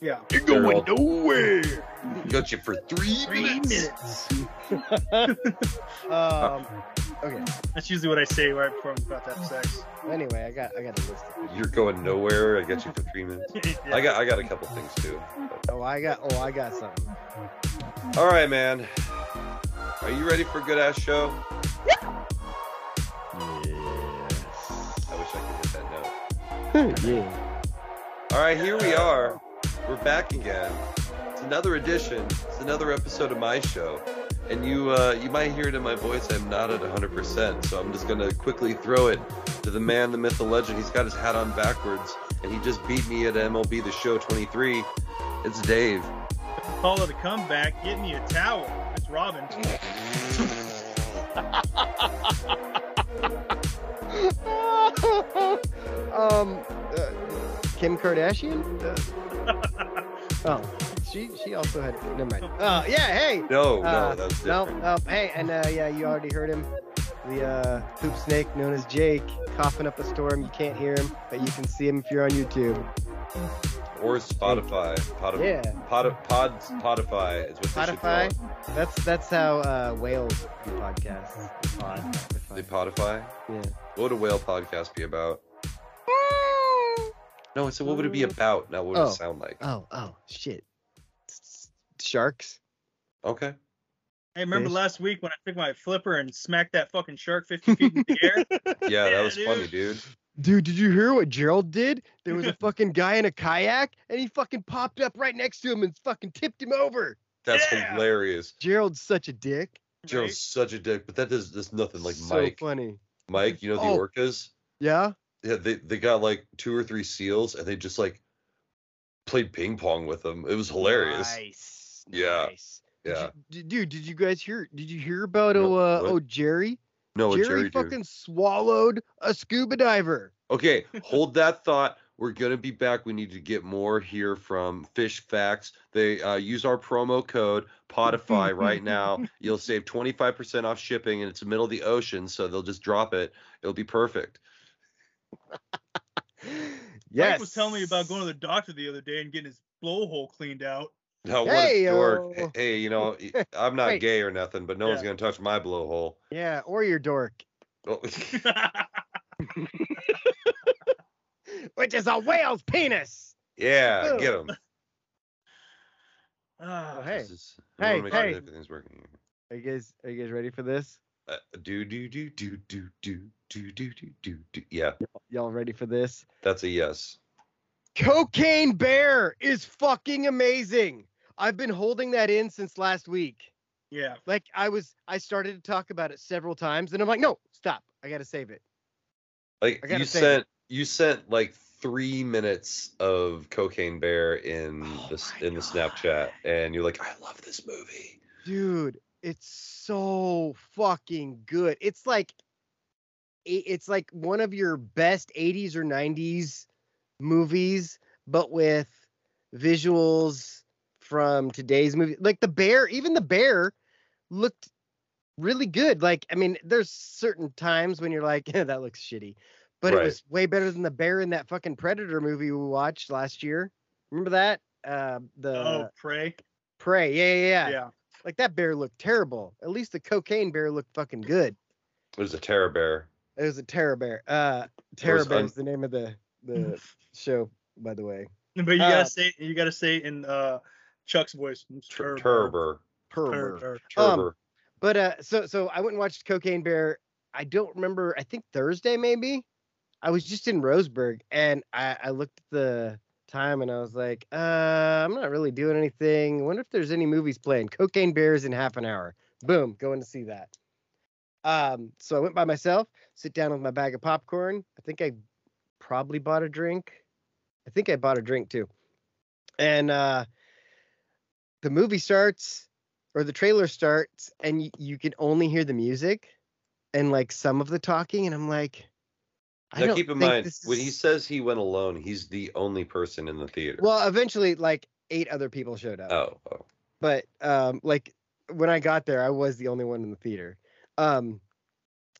Yeah. You're Girl. going nowhere. Got you for three, minutes. Um, okay. That's usually what I say right before I'm about to have sex. Anyway, I got I got a list. You're going nowhere. I got you for three minutes. Yeah. I got I got a couple things too. Oh, I got oh I got something. All right, man. Are you ready for a good ass show? I wish I could hit that note. yeah. All right, here we are. We're back again. It's another edition. It's another episode of my show. And you uh, you might hear it in my voice. I'm not at 100%. So I'm just going to quickly throw it to the man, the myth, the legend. He's got his hat on backwards. And he just beat me at MLB The Show 23. It's Dave. Call it a comeback. Get me a towel. It's Robin. um, uh, Kim Kardashian. Uh, oh, she she also had. Never mind. Uh, yeah. Hey. No, Uh, no, that's No. different. No. Hey. And uh, yeah, you already heard him. The uh, poop snake known as Jake coughing up a storm. You can't hear him, but you can see him if you're on YouTube. Or Spotify. Pod, Yeah. pod, pod, Spotify is what they should call Spotify. it. That's that's how uh, whales do podcasts. Pod. They Podify? Yeah. What would a whale podcast be about? No, I said what would it be about, not what would Oh. it sound like. Oh. Oh. Shit. S- s- Sharks. Okay. Hey, remember Fish. last week when I picked my flipper and smacked that fucking shark 50 feet in the air? Yeah, Yeah, that was dude. funny, dude. Dude, did you hear what Gerald did? There was a fucking guy in a kayak, and he fucking popped up right next to him and fucking tipped him over. That's Yeah. hilarious. Gerald's such a dick. Gerald's such a dick, but that does that's nothing like so Mike. funny. Mike, you know the Oh. orcas? Yeah. Yeah, they they got like two or three seals and they just like played ping pong with them. It was hilarious. Nice. Yeah, Nice. Did Yeah. you- d- dude, did you guys hear? Did you hear about No, oh uh, what? oh Jerry? No, and Jerry, Jerry, dude. fucking swallowed a scuba diver. Okay, hold that thought. We're gonna be back. We need to get more here from Fish Facts. They uh, use our promo code Podify right now. You'll save 25% off shipping, and it's the middle of the ocean, so they'll just drop it. It'll be perfect. yes. Mike was telling me about going to the doctor the other day and getting his blowhole cleaned out. No, what a dork. Heyo. Hey, you know, I'm not Wait. gay or nothing, but no one's Yeah. gonna touch my blowhole. Yeah, or your dork, Oh, which is a whale's penis. yeah, Ew. get him. Ah, Oh, Hey. I Hey, wanna make sure hey. that everything's working. here. Are you guys are you guys ready for this? Uh, do do do do do do do do do do do. Yeah, Y'all ready for this? that's a yes. Cocaine Bear is fucking amazing. I've been holding that in since last week. Yeah. Like I was I started to talk about it several times and I'm like, "No, stop. I got to save it." Like I gotta you say- sent you sent like three minutes of Cocaine Bear in Oh the s my in the God. Snapchat, and you're like, I love this movie. Dude, it's so fucking good. It's like it- it's like one of your best 80s or 90s movies but with visuals from today's movie. Like the bear, even the bear looked really good. Like I mean, there's certain times when you're like, yeah, that looks shitty. But Right. it was way better than the bear in that fucking Predator movie we watched last year. Remember that? Uh the oh, pray. Prey. Yeah, yeah, yeah. Yeah. Like that bear looked terrible. At least the cocaine bear looked fucking good. It was a terror bear. It was a terror bear. Uh terror was bear un- is the name of the the show, by the way. But you Uh, gotta say you gotta say it in uh Chuck's voice. It's Ter- Turbo. terror bear. Terror. Turbo. Um, Terror. But uh, so so I went and watched Cocaine Bear. I don't remember. I think Thursday maybe. I was just in Roseburg and I, I looked at the time and I was like, uh, I'm not really doing anything. wonder if there's any movies playing. Cocaine Bear is in half an hour. Boom, going to see that. Um, so I went by myself, sit down with my bag of popcorn. I think I probably bought a drink. I think I bought a drink too. And uh, the movie starts or the trailer starts and y- you can only hear the music and like some of the talking and i'm like i now don't keep in think mind this when he is- says he went alone, he's the only person in the theater. well eventually like eight other people showed up oh, oh, but um like when i got there i was the only one in the theater um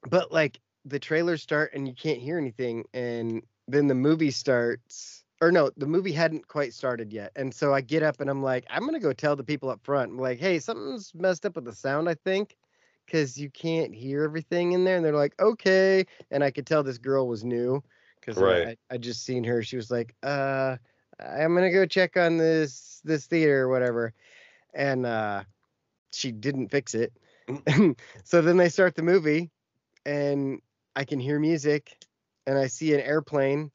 but like the trailers start and you can't hear anything and then the movie starts or no, the movie hadn't quite started yet. And so I get up and I'm like, I'm gonna go tell the people up front. I'm like, hey, something's messed up with the sound, I think, because you can't hear everything in there. And they're like, okay. And I could tell this girl was new because Right. I, I just seen her. She was like, uh, I'm gonna go check on this this theater or whatever. And uh she didn't fix it. so then they start the movie and I can hear music and I see an airplane,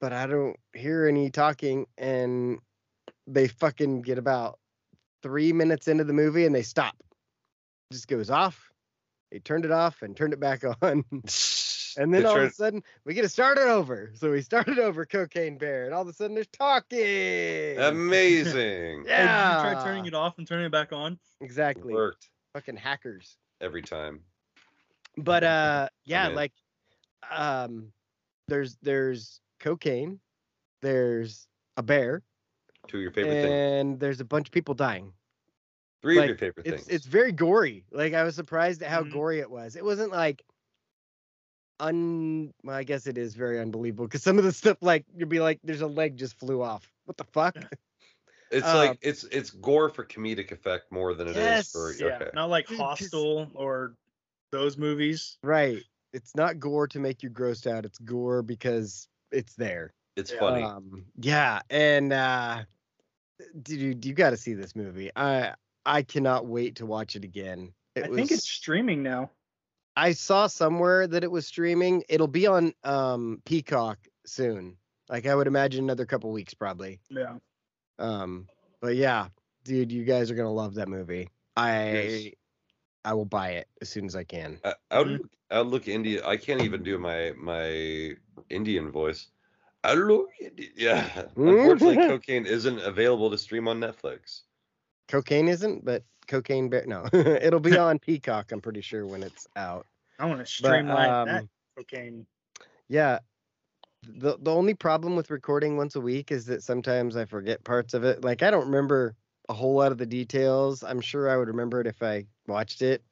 but I don't hear any talking. And they fucking get about three minutes into the movie and they stop. just goes off. They turned it off and turned it back on. And then They all turn- of a sudden, we get to start it over. So we started over Cocaine Bear, and all of a sudden, there's talking. amazing. Hey, did yeah. you try turning it off and turning it back on? Exactly. Worked Fucking hackers. every time. but uh yeah in. like um there's there's cocaine there's a bear Two of your favorite things. and there's a bunch of people dying Three like, of your favorite it's things. it's very gory like i was surprised at how Mhm. gory it was it wasn't like un well i guess it is very unbelievable because some of the stuff like you'd be like there's a leg just flew off what the fuck It's uh, like it's it's gore for comedic effect more than it is Yes, for Yeah, okay. not like Dude, 'cause- Hostel or those movies. right it's not gore to make you grossed out it's gore because it's there It's Yeah. funny. Um, yeah, and uh, dude, you got to see this movie. I I cannot wait to watch it again. It I was, think it's streaming now. I saw somewhere that it was streaming. It'll be on um Peacock soon. Like I would imagine another couple weeks probably. Yeah. Um, but yeah, dude, you guys are gonna love that movie. I Yes. I will buy it as soon as I can. I, Mm-hmm. Outlook, Uh, Outlook India. I can't even do my my Indian voice. Outlook India. Yeah. Unfortunately, Mm-hmm. cocaine isn't available to stream on Netflix. Cocaine isn't, but cocaine bear. No, it'll be on Peacock. I'm pretty sure when it's out. I want to But, streamline that um, cocaine. Yeah. The the only problem with recording once a week is that sometimes I forget parts of it. Like I don't remember a whole lot of the details. I'm sure I would remember it if I watched it.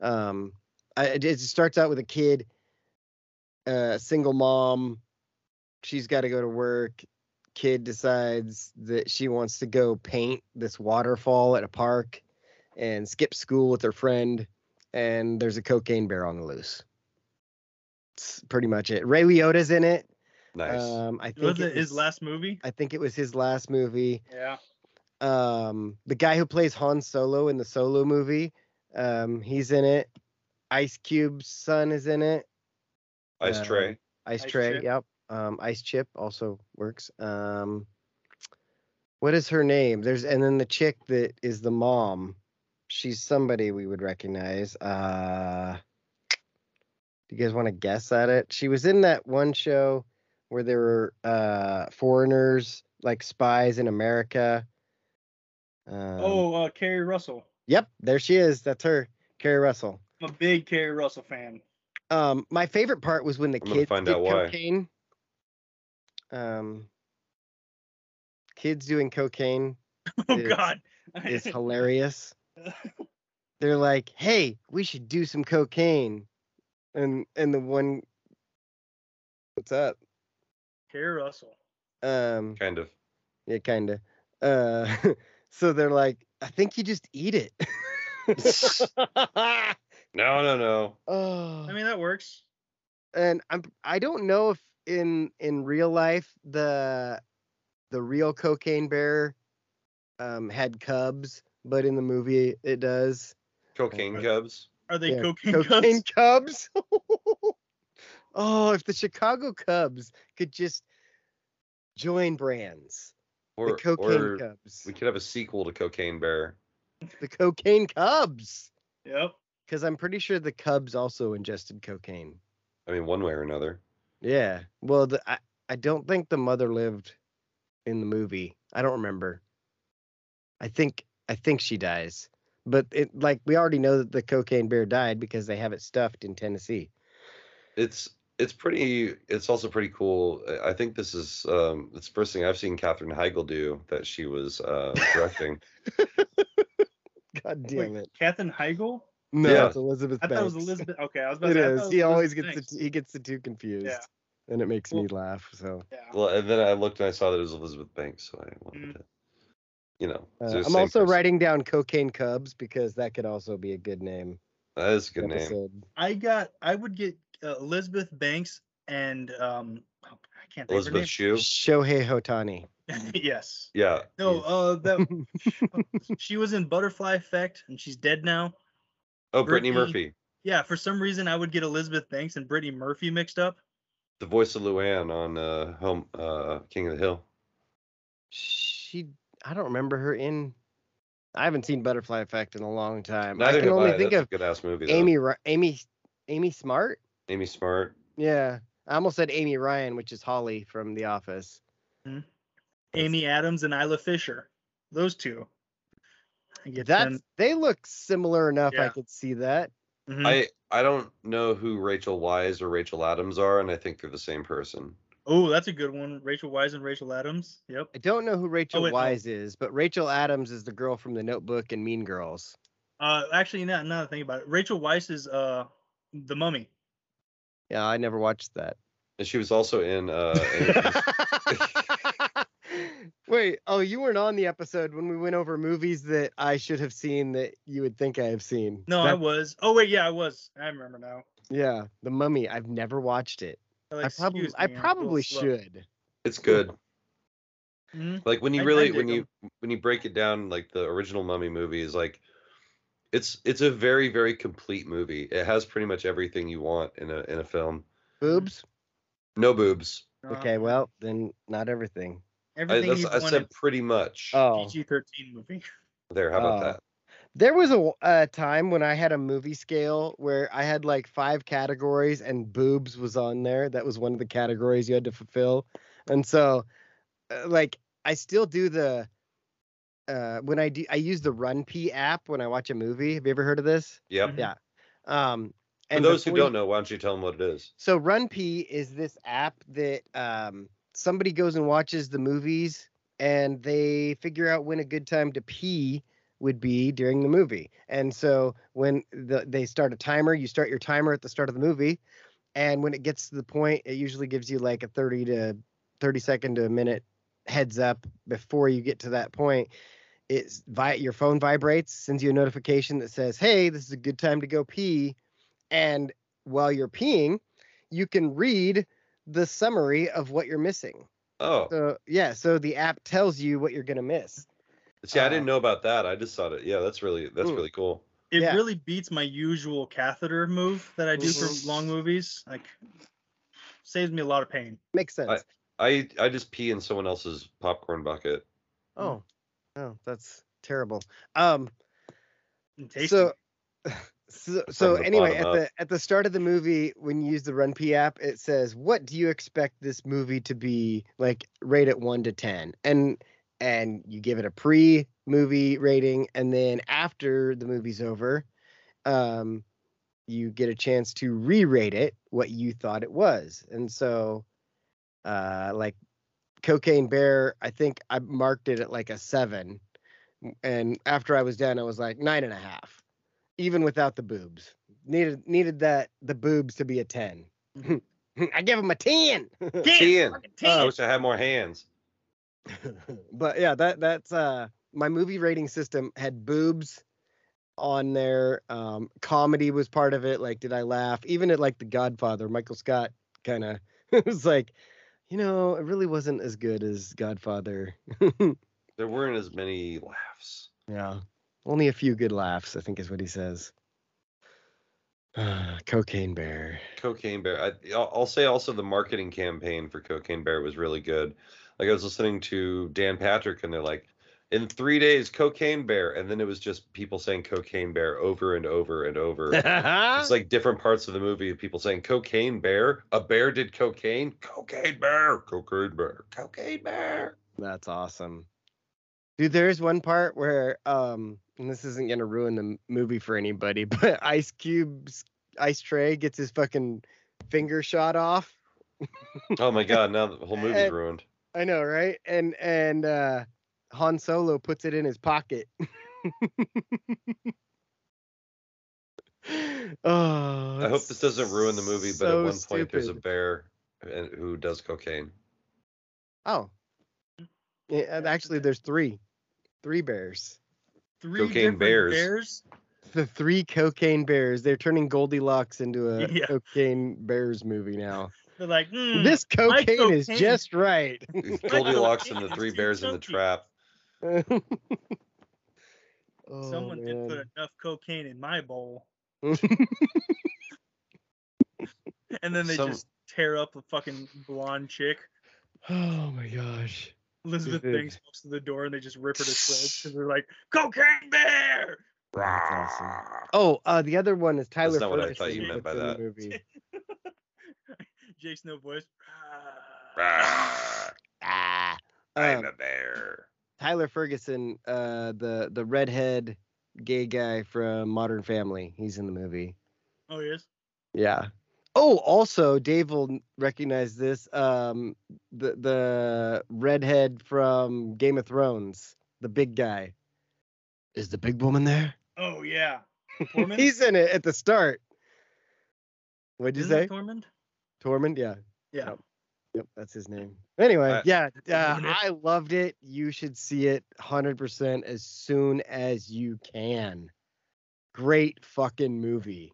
Um I it just starts out with a kid, uh single mom, she's gotta go to work. Kid decides that she wants to go paint this waterfall at a park and skip school with her friend, and there's a cocaine bear on the loose. That's pretty much it. Ray Liotta's in it. Nice. Um, I think Was it his last movie? I think it was his last movie. Yeah. Um, the guy who plays Han Solo in the Solo movie, um, he's in it. Ice Cube's son is in it. Ice um, tray. Ice, Ice Tray, Chip. yep. Um, Ice Chip also works. Um, what is her name? There's and then the chick that is the mom. She's somebody we would recognize. Uh, do you guys want to guess at it? She was in that one show where there were uh, foreigners like spies in America. Um, oh, uh, Carrie Russell. yep, there she is. That's her, Carrie Russell. I'm a big Carrie Russell fan. Um, my favorite part was when the I'm gonna kids find did out why. cocaine. Um, kids doing cocaine Oh It's- God. is hilarious. They're like, "Hey, we should do some cocaine," and and the one, what's up? Carrie Russell. Um, Kind of. yeah, kinda. Uh, so they're like, "I think you just eat it." No, no, no. oh. I mean, that works. and I'm I don't know if in in real life the the real cocaine bear um had cubs, but in the movie it does. Cocaine Cubs. Are they Yeah, cocaine, cocaine cocaine cubs. oh, if the Chicago Cubs could just join brands. Or, the cocaine or cubs. we could have a sequel to Cocaine Bear. The cocaine cubs. Yep. Because I'm pretty sure the Cubs also ingested cocaine. I mean, one way or another. Yeah. Well, the, I I don't think the mother lived in the movie. I don't remember. I think I think she dies. But it like we already know that the cocaine bear died because they have it stuffed in Tennessee. it's it's pretty it's also pretty cool I- i think this is um it's the first thing i've seen katherine heigl do that she was uh directing God Wait, damn it. Katherine Heigl. No, Yeah. it's Elizabeth I thought it was Banks. Elizabeth. Okay, I was about It to say. I thought is. was He always Elizabeth gets the Banks. t- he gets the two confused. Yeah. and it makes me Well- laugh. So Yeah. Well, and then I looked and I saw that it was Elizabeth Banks, so I wanted Mm. to, you know. uh, so I'm same also person. writing down Cocaine Cubs because that could also be a good name. That is a good name. I got. I would get uh, Elizabeth Banks and um. oh, I can't think Elizabeth Shue. Shohei Hotani. of her name. yes. Yeah. No. Uh. That. she was in Butterfly Effect, and she's dead now. Oh, Brittany Brittany- Murphy, Yeah. For some reason, I would get Elizabeth Banks and Brittany Murphy mixed up. the voice of Luann on uh, Home uh, King of the Hill. She, I don't remember her in. I haven't seen Butterfly Effect in a long time. Neither I can have only I. think That's of a good ass movie. Though. Amy, Ri- Amy, Amy Smart. Amy Smart. Yeah, I almost said Amy Ryan, which is Holly from The Office. Amy Adams and Isla Fisher. Those two. I get That's them. they look similar enough. I Yeah. could see that. Hmm. Mhm. I I don't know who Rachel Wise or Rachel Adams are, and I think they're the same person. Oh, that's a good one. Rachel Wise and Rachel Adams. Yep. I don't know who Rachel Oh, wait, no. Wise is, but Rachel Adams is the girl from The Notebook and Mean Girls. Uh, actually, now now that I think about it, Rachel Weisz is uh the Mummy. Yeah, I never watched that. And she was also in. Uh, Wait, oh, you weren't on the episode when we went over movies that I should have seen that you would think I have seen. No, I That- was. Oh wait, yeah, I was. I remember now. yeah, The Mummy. I've never watched it. Well, I probably, excuse me, I I'm a little probably slow. Mm-hmm. should. it's good. Mhm. Like when you I- I really dig when 'em. you when you break it down, like the original Mummy movie is like, it's it's a very very complete movie. It has pretty much everything you want in a in a film. Boobs. No boobs. Uh, Okay, well then, not everything. I, everything that's, you I want said pretty much. Oh, PG-13 movie. there. How about Oh. that? There was a, a time when I had a movie scale where I had like five categories and boobs was on there. That was one of the categories you had to fulfill. And so, uh, like, I still do the, uh, when I do, I use the Run P app when I watch a movie. Have you ever heard of this? Yep. Mhm. Yeah. Um, For those who before you- don't know, why don't you tell them what it is? so Run P is this app that um, somebody goes and watches the movies and they figure out when a good time to pee would be during the movie. And so when the, they start a timer, you start your timer at the start of the movie. And when it gets to the point, it usually gives you like a 30 to 30 second to a minute heads up before you get to that point. It's vi- your phone vibrates, sends you a notification that says, Hey, this is a good time to go pee. And while you're peeing, you can read the summary of what you're missing. Oh, So yeah, so the app tells you what you're gonna miss. see, I didn't uh, know about that. I just thought it. Yeah, that's really that's Mm. really cool. It Yeah. really beats my usual catheter move that I do Mhm. for long movies. Like, saves me a lot of pain. Makes sense. I I just pee in someone else's popcorn bucket. oh, oh, that's terrible. Um, And tasty. So- so, so from the anyway, at bottom the at the start of the movie, when you use the Run P app, it says, "What do you expect this movie to be like? Rate it one to ten, and and you give it a pre movie rating, and then after the movie's over, um, you get a chance to re-rate it what you thought it was, and so, uh, like Cocaine Bear, I think I marked it at like a seven, and after I was done, I was like nine and a half even without the boobs. Needed needed that the boobs to be a ten. I give him a ten. Damn, Ten. fucking I ten. wish I had more hands. but yeah, that that's uh my movie rating system had boobs on there. Um, comedy was part of it. Like, did I laugh? Even at like The Godfather, Michael Scott kind of was like, you know, it really wasn't as good as Godfather. There weren't as many laughs. Yeah. Only a few good laughs, I think, is what he says. cocaine bear. Cocaine Bear. I, I'll, I'll say also the marketing campaign for Cocaine Bear was really good. Like I was listening to Dan Patrick, and they're like, in three days, Cocaine Bear, and then it was just people saying Cocaine Bear over and over and over. It's like different parts of the movie of people saying cocaine bear, a bear did cocaine, cocaine bear, cocaine bear, cocaine bear. That's awesome. Dude, there is one part where um and this isn't gonna ruin the m- movie for anybody, but Ice Cube's ice tray gets his fucking finger shot off. Oh my god, now the whole movie's And- ruined. I know, right? And and uh Han Solo puts it in his pocket. oh, Oh, I hope this doesn't ruin the movie, but at one point there's a bear and who does cocaine. Oh. Yeah, and actually, there's three. Three bears. Three Cocaine different bears. The three cocaine bears. They're turning Goldilocks into a Yeah. cocaine bears movie now. They're like, "Mm, this cocaine, is cocaine." just right. Goldilocks and the three bears in the trap. Oh, someone did man. put enough cocaine in my bowl. And then they Some- just tear up a fucking blonde chick. oh my gosh. Elizabeth Dude. Banks walks to the door and they just rip her to shreds because they're like, cocaine bear! That's awesome. Oh, uh, the other one is Tyler. not what I thought Ferguson you meant by that's in the that. movie. Jake's no voice. Ah. I'm Um, a bear. Tyler Ferguson, uh, the the redhead gay guy from Modern Family. He's in the movie. Oh, yes. Yeah. Oh, also Dave will n- recognize this. Um, the the redhead from Game of Thrones, the big guy. Is the big woman there? Oh, yeah. Tormund? He's in it at the start. What'd you Isn't say? it Tormund? Tormund? Yeah. Yeah. Yep. Yep, that's his name. Anyway, Uh, yeah, uh, Tormund. I loved it. You should see it 100% as soon as you can. Great fucking movie.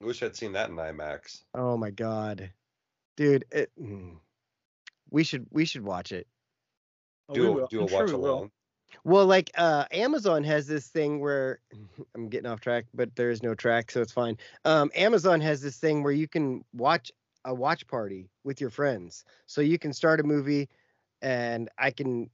Wish I'd seen that in IMAX. Oh my god, dude, it, mm. we should we should watch it. Oh, we Do will. a, do a I'm sure watch we will. along. Well, like uh, Amazon has this thing where I'm getting off track, but there is no track, so it's fine. Um, Amazon has this thing where you can watch a watch party with your friends. So you can start a movie, and I can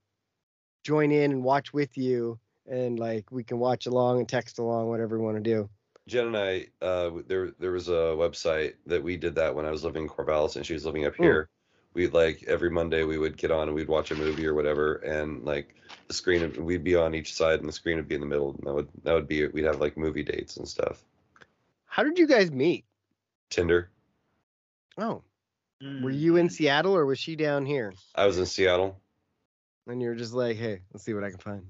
join in and watch with you, and like we can watch along and text along, whatever we want to do. Jen and I, uh, w- there there was a website that we did that when I was living in Corvallis and she was living up Ooh. here. We'd like every Monday we would get on and we'd watch a movie or whatever, and like the screen would- we'd be on each side and the screen would be in the middle, and that would that would be it. We'd have like movie dates and stuff. How did you guys meet? Tinder. Oh, were Mm. you in Seattle or was she down here? I was in Seattle. And you were just like, hey, let's see what I can find.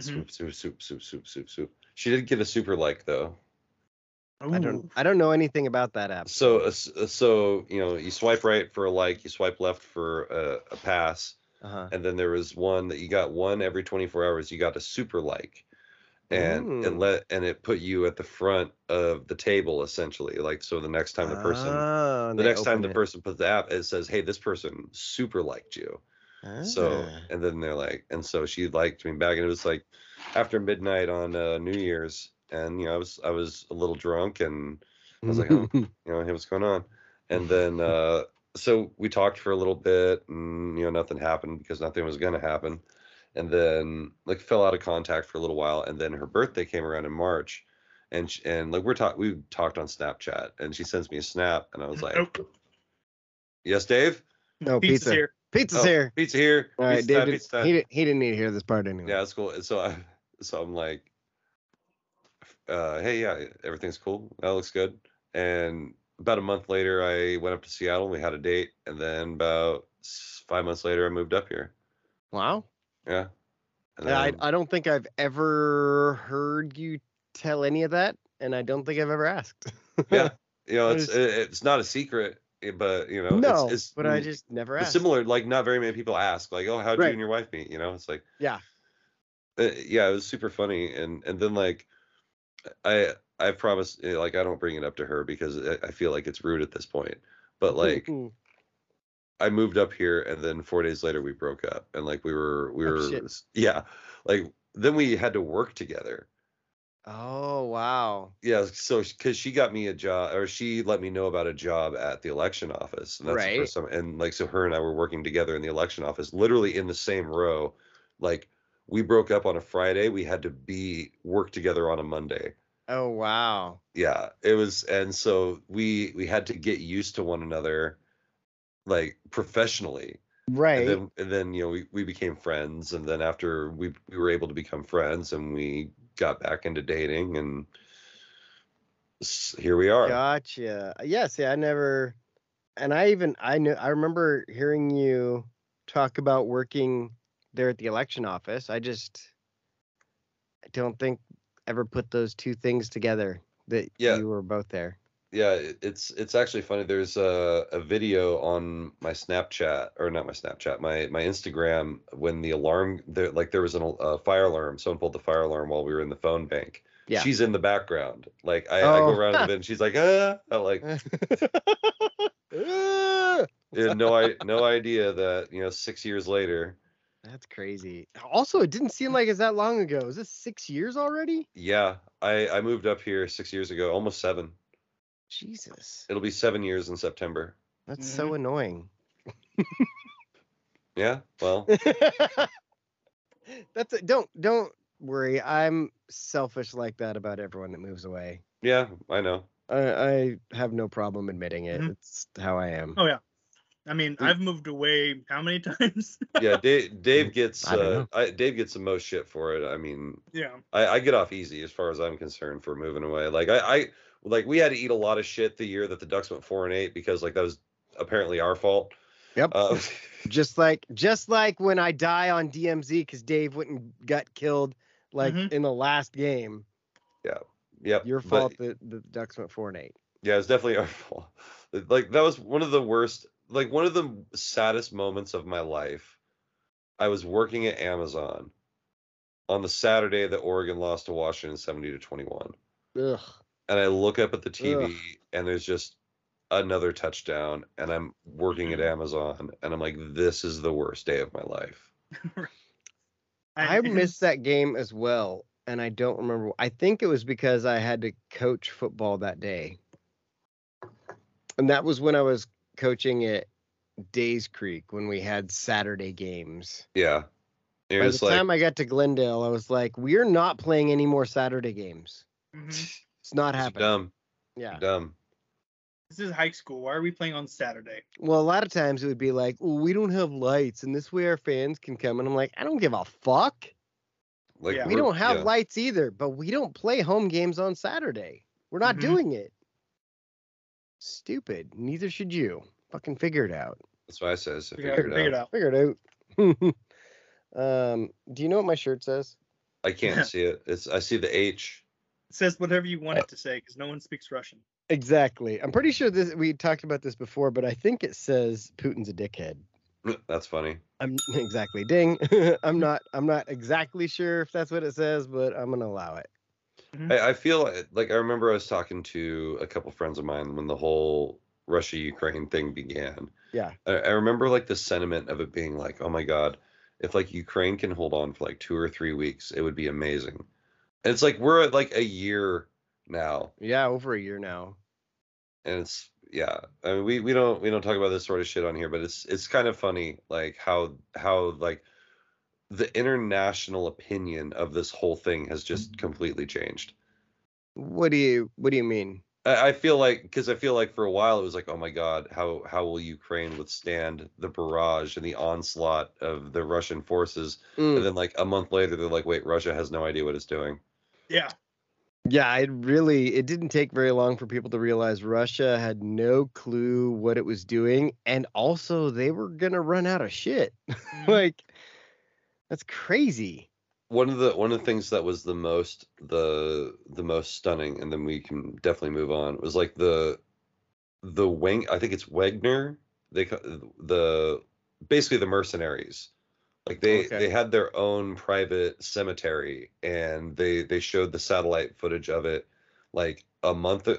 Soup, soup, soup, soup, soup, soup, soup. She did get a super like though. I Ooh. don't I don't know anything about that app. So uh, s- uh, so you know you swipe right for a like, you swipe left for a, a pass, Uh-huh. and then there was one that you got one every 24 hours you got a super like and Ooh. and let and it put you at the front of the table essentially like so the next time the person Oh, and the they next time open the it. person puts the app it says hey this person super liked you so Ah. and then they're like and so she liked me back and it was like after midnight on uh, new year's and you know i was i was a little drunk and I was like, oh. you know, hey, what's going on? And Mm-hmm. then, uh, so we talked for a little bit, and you know, nothing happened because nothing was going to happen. And then, like, fell out of contact for a little while. And then her birthday came around in March, and sh and like we're talk we talked on Snapchat, and she sends me a snap, and I was like, Nope. Yes, Dave, No, Pizza's pizza. here. pizza's Oh, here. pizza here, All right, pizza Dave. time, didn't- pizza time. he, didn't- he didn't need to hear this part anyway. Yeah, that's cool. And so I, so I'm like, uh, hey, yeah, everything's cool. That looks good. And about a month later, I went up to Seattle. We had a date, and then about s- five months later, I moved up here. Wow. Yeah. And Yeah, I, then- I don't think I've ever heard you tell any of that, and I don't think I've ever asked. yeah. You know, it's There's- it, it's not a secret, eh, but you know, No, it's, it's but I mm, just never it's asked. similar. Like, not very many people ask, like, oh, how'd Right. you and your wife meet? You know, it's like, Yeah. Uh, yeah, it was super funny, and and then like, I I promise, eh, like, I don't bring it up to her because I I feel like it's rude at this point. Hmm, But like, I moved up here, and then four days later we broke up, and like we were we Oh, were shit. s- yeah, like then we had to work together. oh wow. Yeah, so because she got me a job, or she let me know about a job at the election office, and that's Right. the first time. And like, so her and I were working together in the election office, literally in the same row. Like, we broke up on a Friday. We had to be work together on a Monday. Oh wow. Yeah, it was, and so we we had to get used to one another, like professionally. And Right. then, and then you know, we, we became friends, and then after we we were able to become friends, and we got back into dating, and s- here we are. Gotcha. Uh, Yeah, see, I never and I even I knew I remember hearing you talk about working there at the election office. I just I don't think ever put those two things together that Yeah. you were both there. yeah, it- it's it's actually funny. There's a, a video on my Snapchat or not my Snapchat, my my Instagram when the alarm there like there was an al- a fire alarm. Someone pulled the fire alarm while we were in the phone bank. Yeah. She's in the background. Like I, I Oh. go around a bit and she's like, ah, I like Ah, yeah, no I no idea that you know six years later. That's crazy. Also, it didn't seem like it's that long ago. Is this six years already? Yeah, I I moved up here six years ago, almost seven. Jesus, It'll be seven years in September. that's so annoying. Yeah, well, that's a, don't don't worry. I'm selfish like that about everyone that moves away. yeah, I know. I, I have no problem admitting it. Mhm. It's how I am. Oh, I mean, I've moved away how many times? Yeah, Dave, Dave gets I don't uh, know. I, Dave gets the most shit for it. I mean, yeah. I, I get off easy as far as I'm concerned for moving away. Like I, I like we had to eat a lot of shit the year that the Ducks went four and eight because like that was apparently our fault. Yep. Uh, just like just like when I die on DMZ because Dave went and got killed like Mhm. in the last game. yep. Your but- fault that the Ducks went four and eight. yeah, it's definitely our fault. Like that was one of the worst, like one of the saddest moments of my life. I was working at Amazon on the Saturday that Oregon lost to Washington seventy to twenty one. Ugh. and I look up at the TV Ugh. and there's just another touchdown and I'm working at Amazon and I'm like this is the worst day of my life. I missed that game as well, and I don't remember. I think it was because I had to coach football that day, and that was when I was coaching at Days Creek when we had Saturday games. Yeah. And By You're the just like time I got to Glendale, I was like, "We're not playing any more Saturday games. Mhm. It's not "This is happening." dumb, Yeah. dumb. This is high school. Why are we playing on Saturday? Well, a lot of times it would be like, well, we don't have lights, and this way our fans can come. And I'm like, I don't give a fuck. Like Yeah. We we're- don't have yeah. lights either, but we don't play home games on Saturday. We're not Mhm. Mm-hmm. doing it. Stupid. Neither should you. Fucking figure it out. That's what I says. I We gotta figured it figure it out. out. Figure it out. um, do you know what my shirt says? I can't see it. It's I see the H. It says whatever you want it to say because no one speaks Russian. Exactly. I'm pretty sure this we talked about this before, but I think it says Putin's a dickhead. That's funny. I'm exactly ding. I'm not I'm not exactly sure if that's what it says, but I'm gonna allow it. I, I feel uh, like I remember I was talking to a couple friends of mine when the whole Russia Ukraine thing began. Yeah. I, I remember like the sentiment of it being like, oh my God, if like Ukraine can hold on for like two or three weeks, it would be amazing. And it's like we're at like a year now. Yeah, over a year now. And it's yeah. I mean we, we don't we don't talk about this sort of shit on here, but it's it's kind of funny like how how like the international opinion of this whole thing has just completely changed. What do you what do you mean? I, I feel like because I feel like for a while it was like, oh my god, how how will Ukraine withstand the barrage and the onslaught of the Russian forces? Mm. And then like a month later, they're like, wait, Russia has no idea what it's doing. Yeah. Yeah, it really it didn't take very long for people to realize Russia had no clue what it was doing and also they were going to run out of shit. Mhm. like that's crazy. One of the one of the things that was the most the the most stunning, and then we can definitely move on, was like the the wing. I think it's Wegner. They ca- the basically the mercenaries. Like they Okay. they had their own private cemetery, and they they showed the satellite footage of it like a month uh,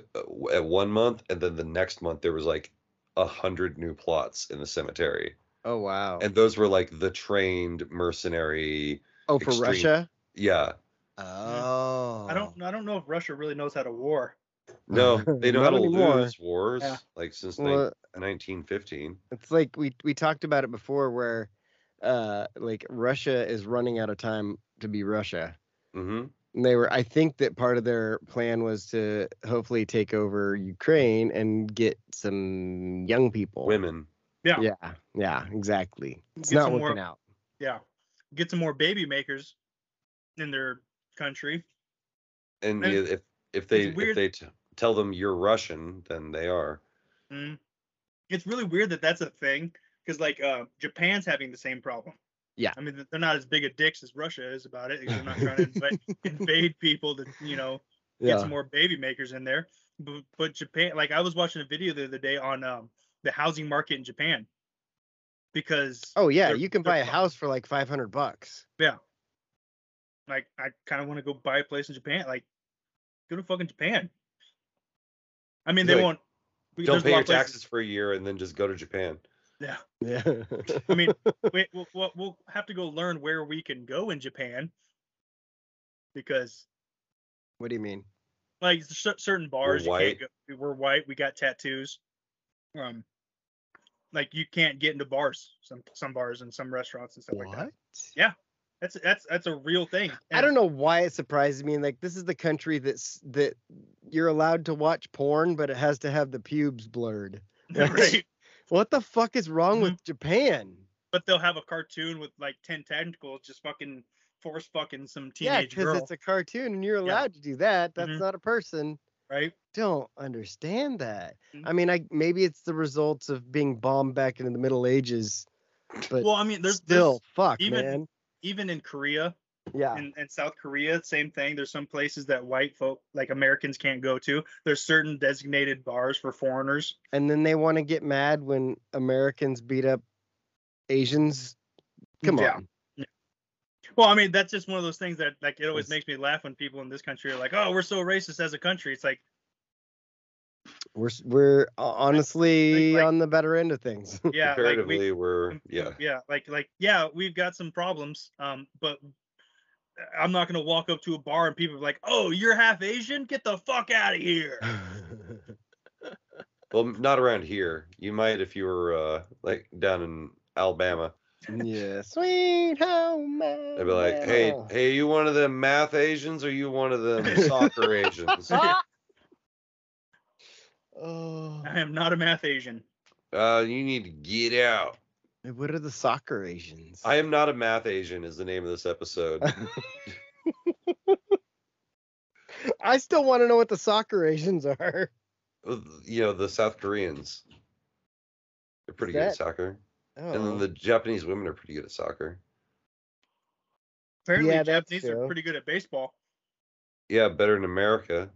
at one month, and then the next month there was like a hundred new plots in the cemetery, Oh wow. and those were like the trained mercenary. oh for extreme. Russia? Yeah, Oh. I don't. I don't know if Russia really knows how to war. no, they know how Not to anymore. lose wars Yeah. uh, like since nin- Well, 1915. it's like we we talked about it before where uh like Russia is running out of time to be Russia. hmm And they were i think that part of their plan was to hopefully take over ukraine and get some young Oh. people Women. Yeah. yeah yeah exactly it's Get not some more- working out Yeah. Get some more baby makers in their country. and And if if they if weird- they t- tell them you're Russian, then they are. Mm. It's really weird that that's a thing because like uh, Japan's having the same problem. Yeah. I mean they're not as big a dicks as Russia is about it. They're not trying to invade, invade people to you know get yeah some more baby makers in there. But, but Japan, like I was watching a video the other day on um, the housing market in Japan because Oh yeah, They're- you can they're buy a fun. house for like 500 bucks. like I kind of want to go buy a place in Japan. Like, go to fucking Japan. I mean, they Like, won't. we- Don't there's a pay lot your of places- taxes for a year and then just go to Japan. Yeah, Yeah. I mean, we, we'll, we'll we'll have to go learn where we can go in Japan because what do you mean? like cer- certain bars white. you can't go. We're white. We got tattoos. Um, like you can't get into bars. Some some bars and some restaurants and stuff like that. That's that's that's a real thing. I And- don't know why it surprises me. Like this is the country that's that you're allowed to watch porn, but it has to have the pubes blurred. right? What the fuck is Mm-hmm. wrong with Japan? But they'll have a cartoon with like ten tentacles, just fucking force fucking some Yeah, teenage because girl, it's a cartoon and you're Yeah. allowed to do that. That's Mhm. not a person. right? Don't understand that. Mhm. I mean, I maybe it's the results of being bombed back into the Middle Ages, but Well, I mean, there's still, fuck, even- man. there's- even in Korea Yeah, and, and South Korea, same thing. There's some places that white folk, like Americans, can't go to. There's certain designated bars for foreigners. and then they want to get mad when Americans beat up Asians. Come Yeah. on. Well, I mean, that's just one of those things that like it always Yes. makes me laugh when people in this country are like, "Oh, we're so racist as a country." It's like, We're s- we're uh, honestly like- on the better end of things. yeah, like we, Comparatively, we're yeah. yeah like like yeah we've got some problems um but i'm not gonna walk up to a bar and people are like oh you're half asian get the fuck out of here Well, not around here. You might if you were uh, like down in Alabama. yeah, sweet home. They'd be like, "Hey, Alabama." hey, you one of them math Asians or you one of them soccer Asians?" Oh, i am not a math asian Uh, you need to get out. what are the soccer Asians? I am not a math Asian is the name of this episode. I still want to know what the soccer Asians are. uh, you know the South Koreans. They're pretty good at that- soccer, Oh. and then the Japanese women are pretty good at soccer. apparently Yeah, that's japanese true. are pretty good at baseball Yeah, better in America.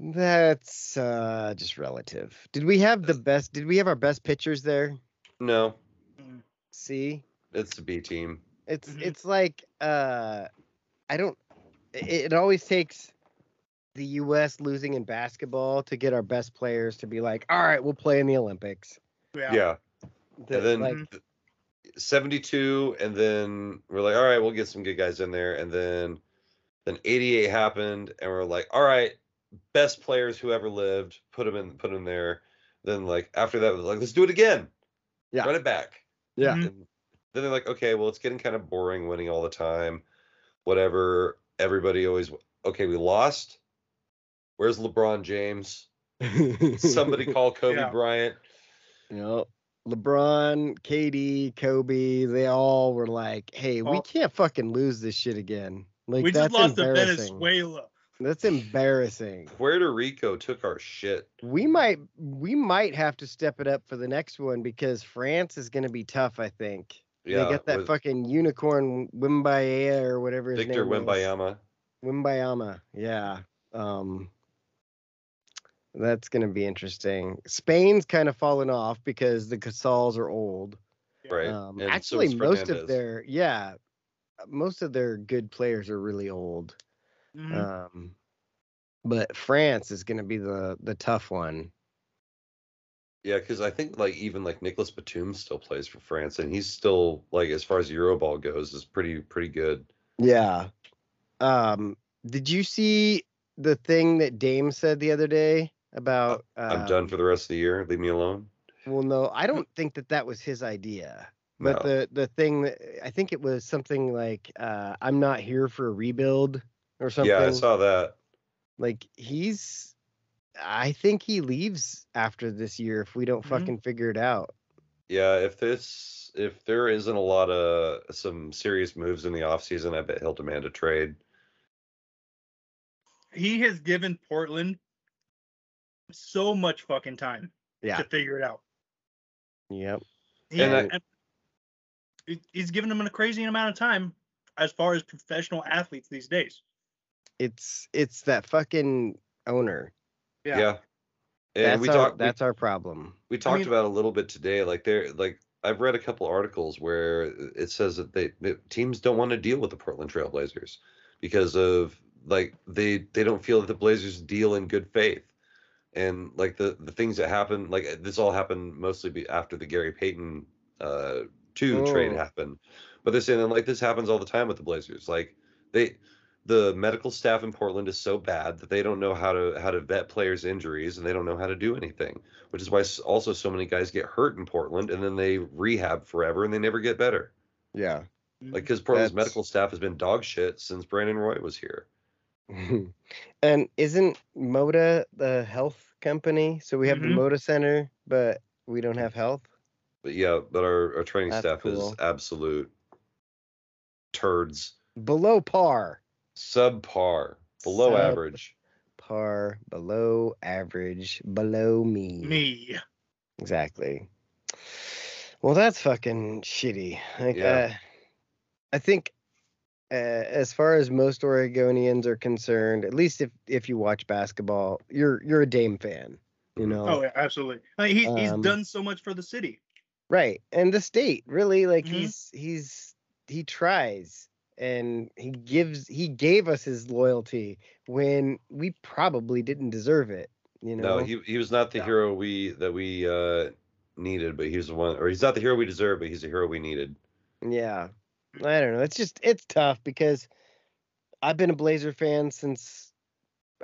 That's uh, just relative. Did we have the best? Did we have our best pictures there? No, See, it's the B team. it's Mhm. it's like uh, I don't. It, it always takes the U.S. losing in basketball to get our best players to be like, all right, we'll play in the Olympics. yeah, yeah. That, and then like, Mhm. th- 72 and then we're like all right we'll get some good guys in there and then then 88 happened and we're like all right best players who ever lived put them in put them there then like after that we're like let's do it again Yeah. run it back Yeah. Mhm. And then they're like okay well it's getting kind of boring winning all the time whatever everybody always okay we lost where's lebron james somebody call kobe Yeah. bryant You know, LeBron, KD, Kobe, they all were like, "Hey, we Oh. can't fucking lose this shit again." Like we that's just lost to embarrassing. venezuela That's embarrassing. puerto rico took our shit We might we might have to step it up for the next one because France is going to be tough, I think. they got that with- fucking unicorn Wimbayama or whatever his Victor name is. Wembayama. Wimbayama. Yeah. Um that's going to be interesting. Spain's kind of fallen off because the Casals are old. Right. Um, And so actually, is most Fernandez. of their yeah, most of their good players are really old. Mhm. Um, but France is going to be the the tough one. Yeah, because I think like even like Nicholas Batum still plays for France, and he's still like as far as Euroball goes, is pretty pretty good. Yeah. Um, did you see the thing that Dame said the other day about? Uh, I'm done for the rest of the year. Leave me alone. Well, no, I don't think that that was his idea. But Mm. No. the the thing that eh, I think it was something like uh, I'm not here for a rebuild or something. yeah, I saw that. Like he's I think he leaves after this year if we don't Mm-hmm. Mhm. fucking figure it out. Yeah, if this if there isn't a lot of some serious moves in the offseason, I bet he'll demand a trade. he has given portland so much fucking time Yeah. to figure it out Yep. He, And I- and he- he's given them a crazy amount of time as far as professional athletes these days. It's it's that fucking owner. Yeah. Yeah. And that's Eh, we our, talked. we- that's our problem. we talked mean- about a little bit today like there like i've read a couple articles where it says that they that teams don't want to deal with the portland trailblazers because of like they they don't feel that the blazers deal in good faith and like the the things that happen like uh, this all happened mostly be after the gary payton uh two Oh. trade happened but they're saying like this happens all the time with the blazers like they the medical staff in portland is so bad that they don't know how to how to vet players injuries and they don't know how to do anything which is why s- also so many guys get hurt in Portland and then they rehab forever and they never get better. Yeah. Like because Portland's That's- medical staff has been dog shit since Brandon Roy was here. and isn't Moda the health company? So we have Mhm. Mm-hmm. the Moda Center, but we Mm. don't have health. But yeah, but our, our training That's staff is cool. absolute turds, Below par. subpar, below Sub- average. Par, below average, below me. Me. Exactly. Well, that's fucking shitty. Like, Yeah. uh, I think, uh, as far as most Oregonians are concerned, at least if if you watch basketball, you're you're a Dame fan, you know. Oh, yeah, absolutely. Like, he's he's Um, done so much for the city. Right, and the state really like Mhm. he's he's he tries and he gives he gave us his loyalty when we probably didn't deserve it. You know. No, he, he was not the No. hero we that we uh, needed, but he was the one, or he's not the hero we deserve, but he's the hero we needed. Yeah. I don't know. It's just it's tough because I've been a Blazer fan since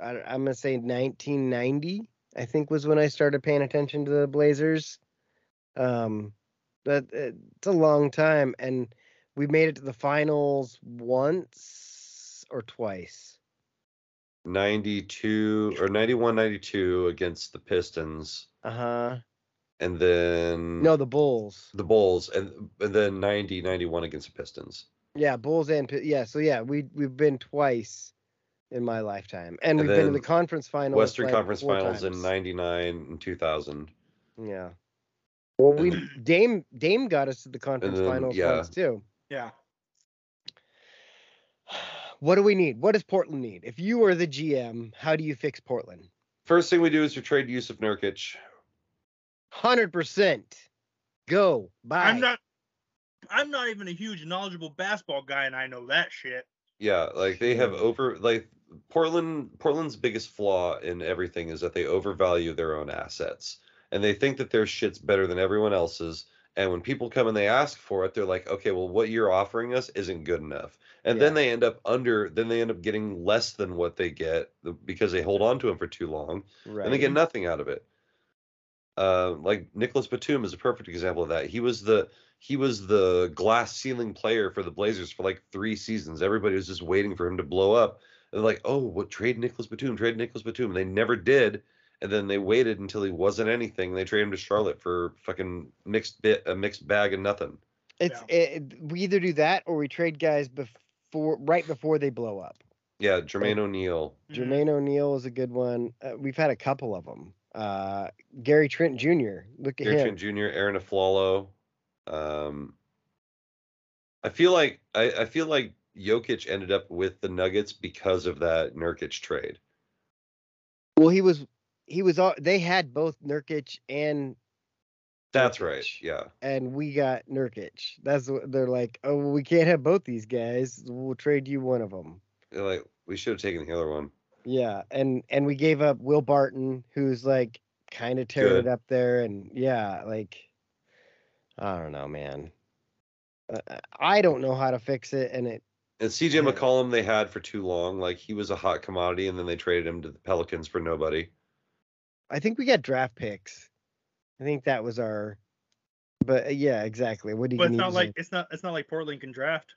I, am gonna say 1990. I think was when I started paying attention to the Blazers. Um, but uh, it's a long time, and we made it to the finals once or twice. 92 or 91 92 against the Pistons, Uh huh. and then No, the Bulls. the Bulls, and, and then 90, 91 against the Pistons. Yeah, Bulls and Pi- yeah. So yeah, we we've been twice in my lifetime, And and, we've been to then the conference finals. Western like, Conference four Finals in times. 99 and 2000. Yeah. Well, we then- Dame Dame got us to the conference then, finals yeah. once too. Yeah. What do we need? What does Portland need? If you are the GM, how do you fix Portland? First thing we do is we trade Yusuf Nurkic. Hundred percent. Go. Bye. I'm not. I'm not even a huge knowledgeable basketball guy, and I know that shit. Yeah, like they have over like Portland Portland's biggest flaw in everything is that they overvalue their own assets. And they think that their shit's better than everyone else's. And when people come and they ask for it, they're like, okay, well, what you're offering us isn't good enough. And then Yeah. they end up under, then they end up getting less than what they get because they hold on to them for too long. right. and they get nothing out of it. Uh, like Nicholas Batum is a perfect example of that. He was the he was the glass ceiling player for the Blazers for like three seasons. Everybody was just waiting for him to blow up. And they're like, oh, what trade Nicholas Batum? Trade Nicholas Batum. And they never did. And then they waited until he wasn't anything. and They traded him to Charlotte for fucking mixed bit a mixed bag and nothing. it's it, we either do that or we trade guys before right before they blow up. Yeah, Jermaine O'Neal. Mm-hmm. Jermaine O'Neal is a good one. Uh, we've had a couple of them. Uh, Gary Trent Jr. Look at Gary him. Trent Jr., Aaron Aflalo. Um, I feel like I, I feel like Jokic ended up with the Nuggets because of that Nurkic trade. Well, he was he was all they had both Nurkic and That's Jokic. right. Yeah. and we got Nurkic. That's what they're like. Oh, well, we can't have both these guys. We'll trade you one of them. They're like we should have taken the other one. Yeah, and and we gave up Will Barton, who's like kind of tearing Good. it up there, and yeah, like I don't know, man. Uh, I don't know how to fix it, and it And CJ Yeah. McCollum they had for too long. Like he was a hot commodity, and then they traded him to the Pelicans for nobody. I think we got draft picks. I think that was our. But uh, yeah, exactly. What do you But it's need not is like it's not it's not like Portland can draft.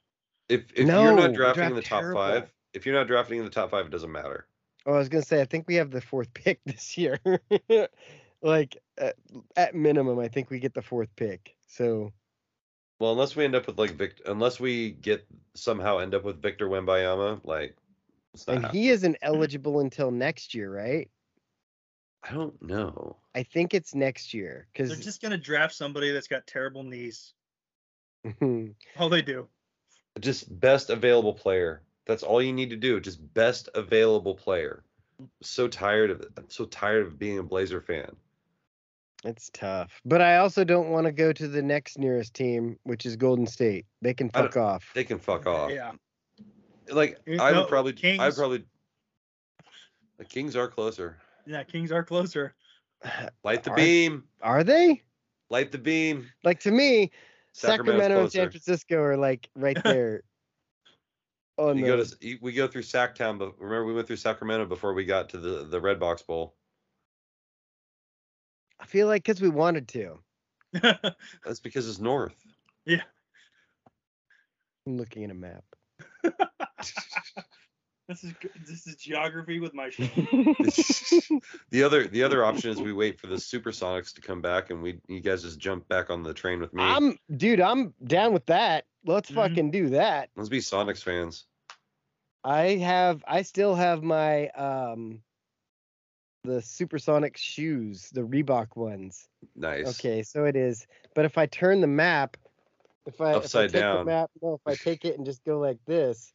If if you're No, not we drafting in the draft top terrible. five, if you're not drafting in the top five, it doesn't matter. Oh, I was gonna say, I think we have the fourth pick this year. like at, at minimum, I think we get the fourth pick. So Well, unless we end up with like Vic, unless we get somehow end up with Victor Wembayama, like it's not and happening. he isn't eligible until next year, right? I don't know. I think it's next year They're because just gonna draft somebody that's got terrible Mhm. knees. All they do. Just best available player. That's all you need to do. Just best available player. I'm so tired of it. I'm so tired of being a Blazer fan. It's tough. But I also don't want to go to the next nearest team, which is Golden State. They can I don't- fuck off. They can fuck off. Yeah. Like You I know, would probably I would Kings- probably the Kings are closer. Yeah. Kings are closer. Light the Are- beam. Are they? Light the beam. Like to me, Sacramento's Sacramento and San closer. Francisco are like right there. Oh, on You go the- to you- we go through Sac Town, but remember we went through Sacramento before we got to the the Red Box Bowl. I feel like because we wanted to. That's because it's north. I'm looking at a map. this is good- this is geography with my sh- the other the other option is we wait for the Supersonics to come back and we you guys just jump back on the train with me. Mm-hmm. I'm dude, I'm down with that. Let's Mhm. fucking do that. Let's be Sonics fans. I have I still have my um the supersonic shoes, the Reebok ones. Nice. Okay, so it is. But if I turn the map, if I Upside if I take down. the map, no, if I take it and just go like this,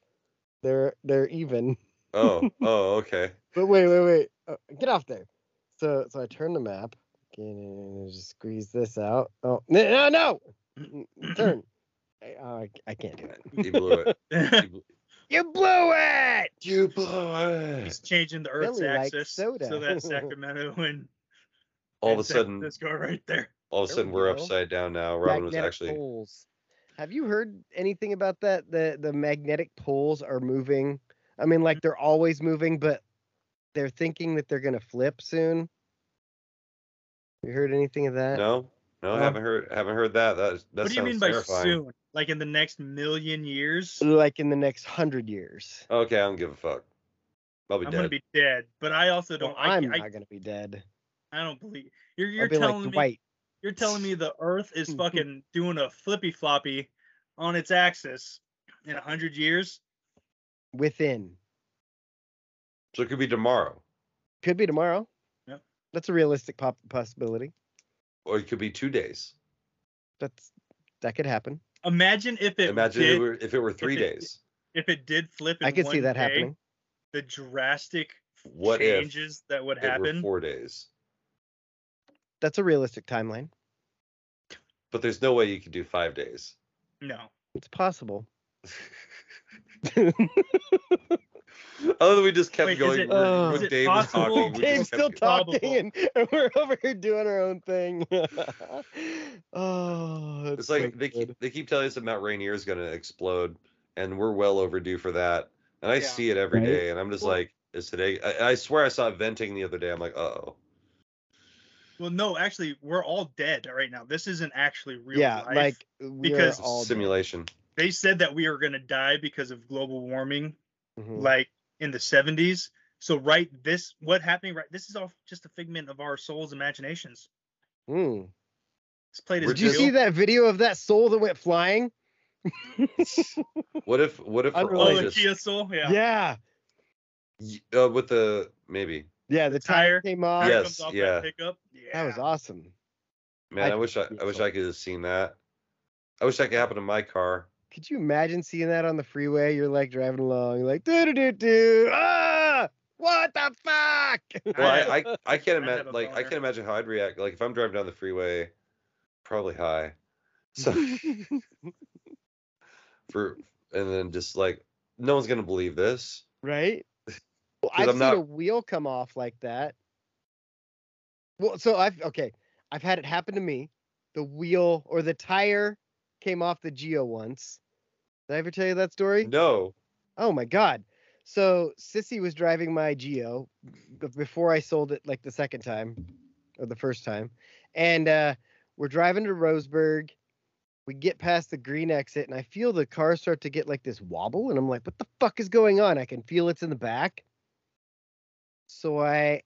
they're they're even. Oh oh okay. But wait, wait, wait. Oh, get off there. So so I turn the map. Okay, and I just squeeze this out. Oh no no. no! Turn. I, oh, I, I can't do it. You blew it. You blew, You blew it. you blew it. He's changing the Earth's Billy likes axis soda. so that Sacramento and All of and a San sudden, Francisco are right there. all of a There sudden, we we're go. upside down now. Robin was magnetic actually. poles. Have you heard anything about that? The the magnetic poles are moving. I mean, like they're always moving, but they're thinking that they're gonna flip soon. You heard anything of that? No, no, I No. haven't heard. Haven't heard that. That that Uh-huh. what do you sounds mean by terrifying. soon? Like in the next million years? Like in the next hundred years. Okay, I don't give a fuck. I'll be I'm gonna dead. be dead. But I also don't. Well, I, I'm I, not gonna be dead. I don't believe you're. I'll You're be telling like me. Dwight. You're telling me the Earth is fucking doing a flippy floppy on its axis in a hundred years? Within So it could be tomorrow, could be tomorrow. Yep. That's a realistic pop- possibility. or it could be two days. That's that could happen. Imagine if it Imagine if did. it were, if it were three it- days. if it did flip, in I could see one that day, happening. The drastic What if it changes that would were happen. four days? That's a realistic timeline. But there's no way you could do five days. No. It's possible. Other than we just kept Wait, is going. it- when is it Dave was possible? talking. We Dave's just still kept going. talking, and, Probable. and we're over here doing our own thing. oh, It's like they good. keep, they keep telling us that Mount Rainier is going to explode, and we're well overdue for that. And I Yeah. see it every Right? day, and I'm just Well- like, is today? I, I swear I saw it venting the other day. I'm like, uh oh. Well, no, actually, we're all dead right now. This isn't actually real yeah, life. like we are because all dead. Simulation. they said that we are going to die because of global warming, Mhm. like in the 70s. So right, this what happening right? This is all just a figment of our souls' imaginations. Mm. It's played as We're Did you just- real. see that video of that soul that went flying? What if? What Oh, if we're all the Unrelated. just Kia Soul, yeah. yeah, uh, with the maybe? yeah, the, tire- tire came off. Tire Yes, comes off yeah. That pickup. Yeah. That was awesome. Man, I, I wish I, think I wish so. I could have seen that. I wish that could happen to my car. Could you imagine seeing that on the freeway? You're like driving along, you're like doo doo doo doo. Ah, what the fuck? Well, I- I I, I I'd can't have imagine a like I boner. can't imagine how I'd react. Like if I'm driving down the freeway, probably high. So for and then just like no one's gonna believe this. right? 'Cause Well, I've I'm seen not- a wheel come off like that. Well, so I've okay, I've had it happen to me. The wheel or the tire came off the Geo once. Did I ever tell you that story? No. Oh my god. So Sissy was driving my Geo b- before I sold it like the second time or the first time. And uh we're driving to Roseburg. We get past the green exit and I feel the car start to get like this wobble and I'm like, what the fuck is going on? I can feel it's in the back. So I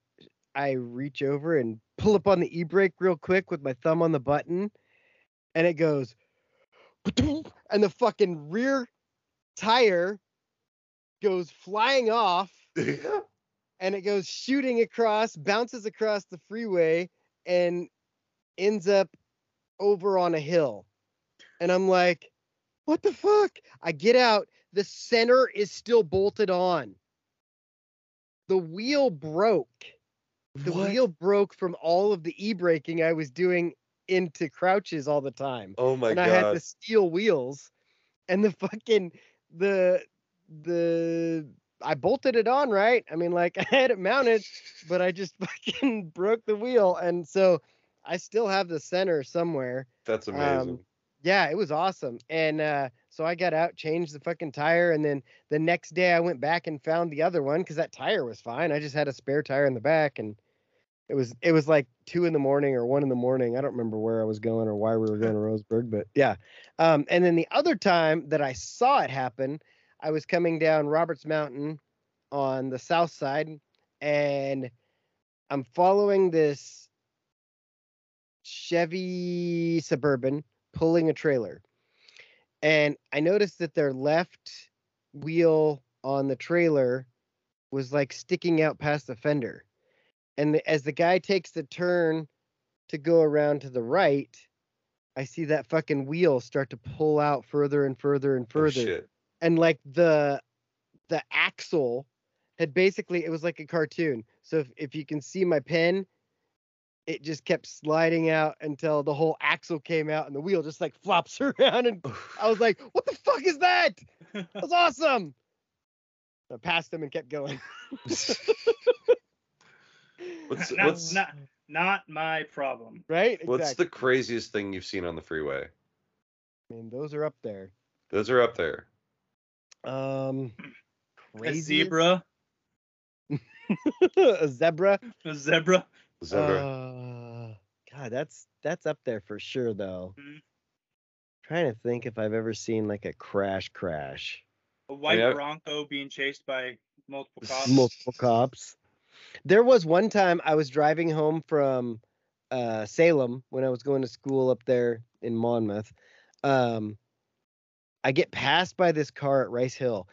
I reach over and pull up on the e-brake real quick with my thumb on the button and it goes and the fucking rear tire goes flying off and it goes shooting across, bounces across the freeway, and ends up over on a hill. And I'm like, what the fuck? I get out. The center is still bolted on. The wheel broke. The What? wheel broke from all of the e braking I was doing into crouches all the time. Oh my and I had god. the steel wheels and the fucking the the I bolted it on right. I mean like I had it mounted, but I just fucking broke the wheel and so I still have the center somewhere. That's um, amazing. Oh, Yeah, it was awesome. And uh so I got out, changed the fucking tire and then the next day I went back and found the other one cuz that tire was fine. I just had a spare tire in the back and it was it was like two in the morning or one in the morning. I don't remember where I was going or why we were going to Roseburg, but yeah. Um, and then the other time that I saw it happen, I was coming down Roberts Mountain on the south side, and I'm following this Chevy Suburban pulling a trailer, and I noticed that their left wheel on the trailer was like sticking out past the fender and the, as the guy takes the turn to go around to the right, I see that fucking wheel start to pull out further and further and Oh, further. shit. and like the the axle had basically it was like a cartoon. So if, if you can see my pen, it just kept sliding out until the whole axle came out and the wheel just like flops around and I was like, what the fuck is that? That was awesome. I passed him and kept going. what's not, what's not not my problem. Right? what's the craziest thing you've seen on the freeway? I mean, those are up there. Those are up there. Um, A crazy zebra, a zebra. a zebra. Zebra. Uh, God, that's that's up there for sure, though. Mhm. Trying to think if I've ever seen like a crash, crash. A white Yeah. bronco being chased by multiple cops. Multiple cops. There was one time I was driving home from uh, Salem when I was going to school up there in Monmouth. Um, I get passed by this car at Rice Hill,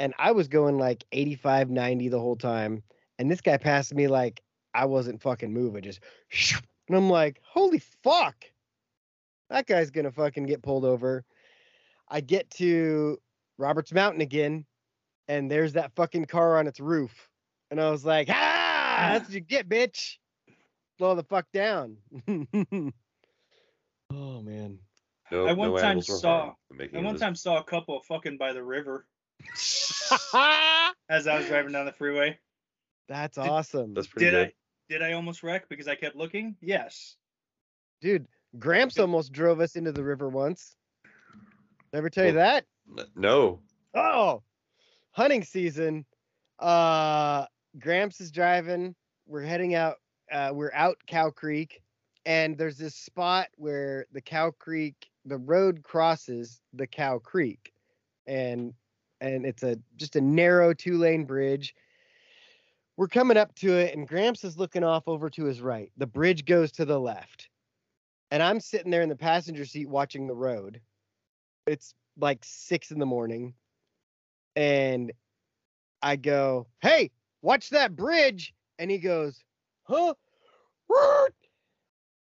and I was going like 85, 90 the whole time. And this guy passed me like I wasn't fucking moving, just and I'm like, holy fuck, that guy's gonna fucking get pulled over. I get to Roberts Mountain again, and there's that fucking car on its roof. And I was like, ah, that's what you get, bitch. Slow the fuck down. oh man. No, I one no time animals were saw- harmed in making I one this- time saw a couple fucking by the river as I was driving down the freeway. That's Did- awesome. That's pretty Did good. I did I almost wreck because I kept looking? Yes. Dude, Gramps almost drove us into the river once. Never tell you Well- that? N- No. Oh, hunting season. Uh, Gramps is driving. We're heading out. Uh, we're out Cow Creek, and there's this spot where the Cow Creek, the road crosses the Cow Creek, and and it's a just a narrow two lane bridge. We're coming up to it, and Gramps is looking off over to his right. The bridge goes to the left, and I'm sitting there in the passenger seat watching the road. It's like six in the morning and I go, "Hey, watch that bridge!" And he goes, "Huh?" Roar!"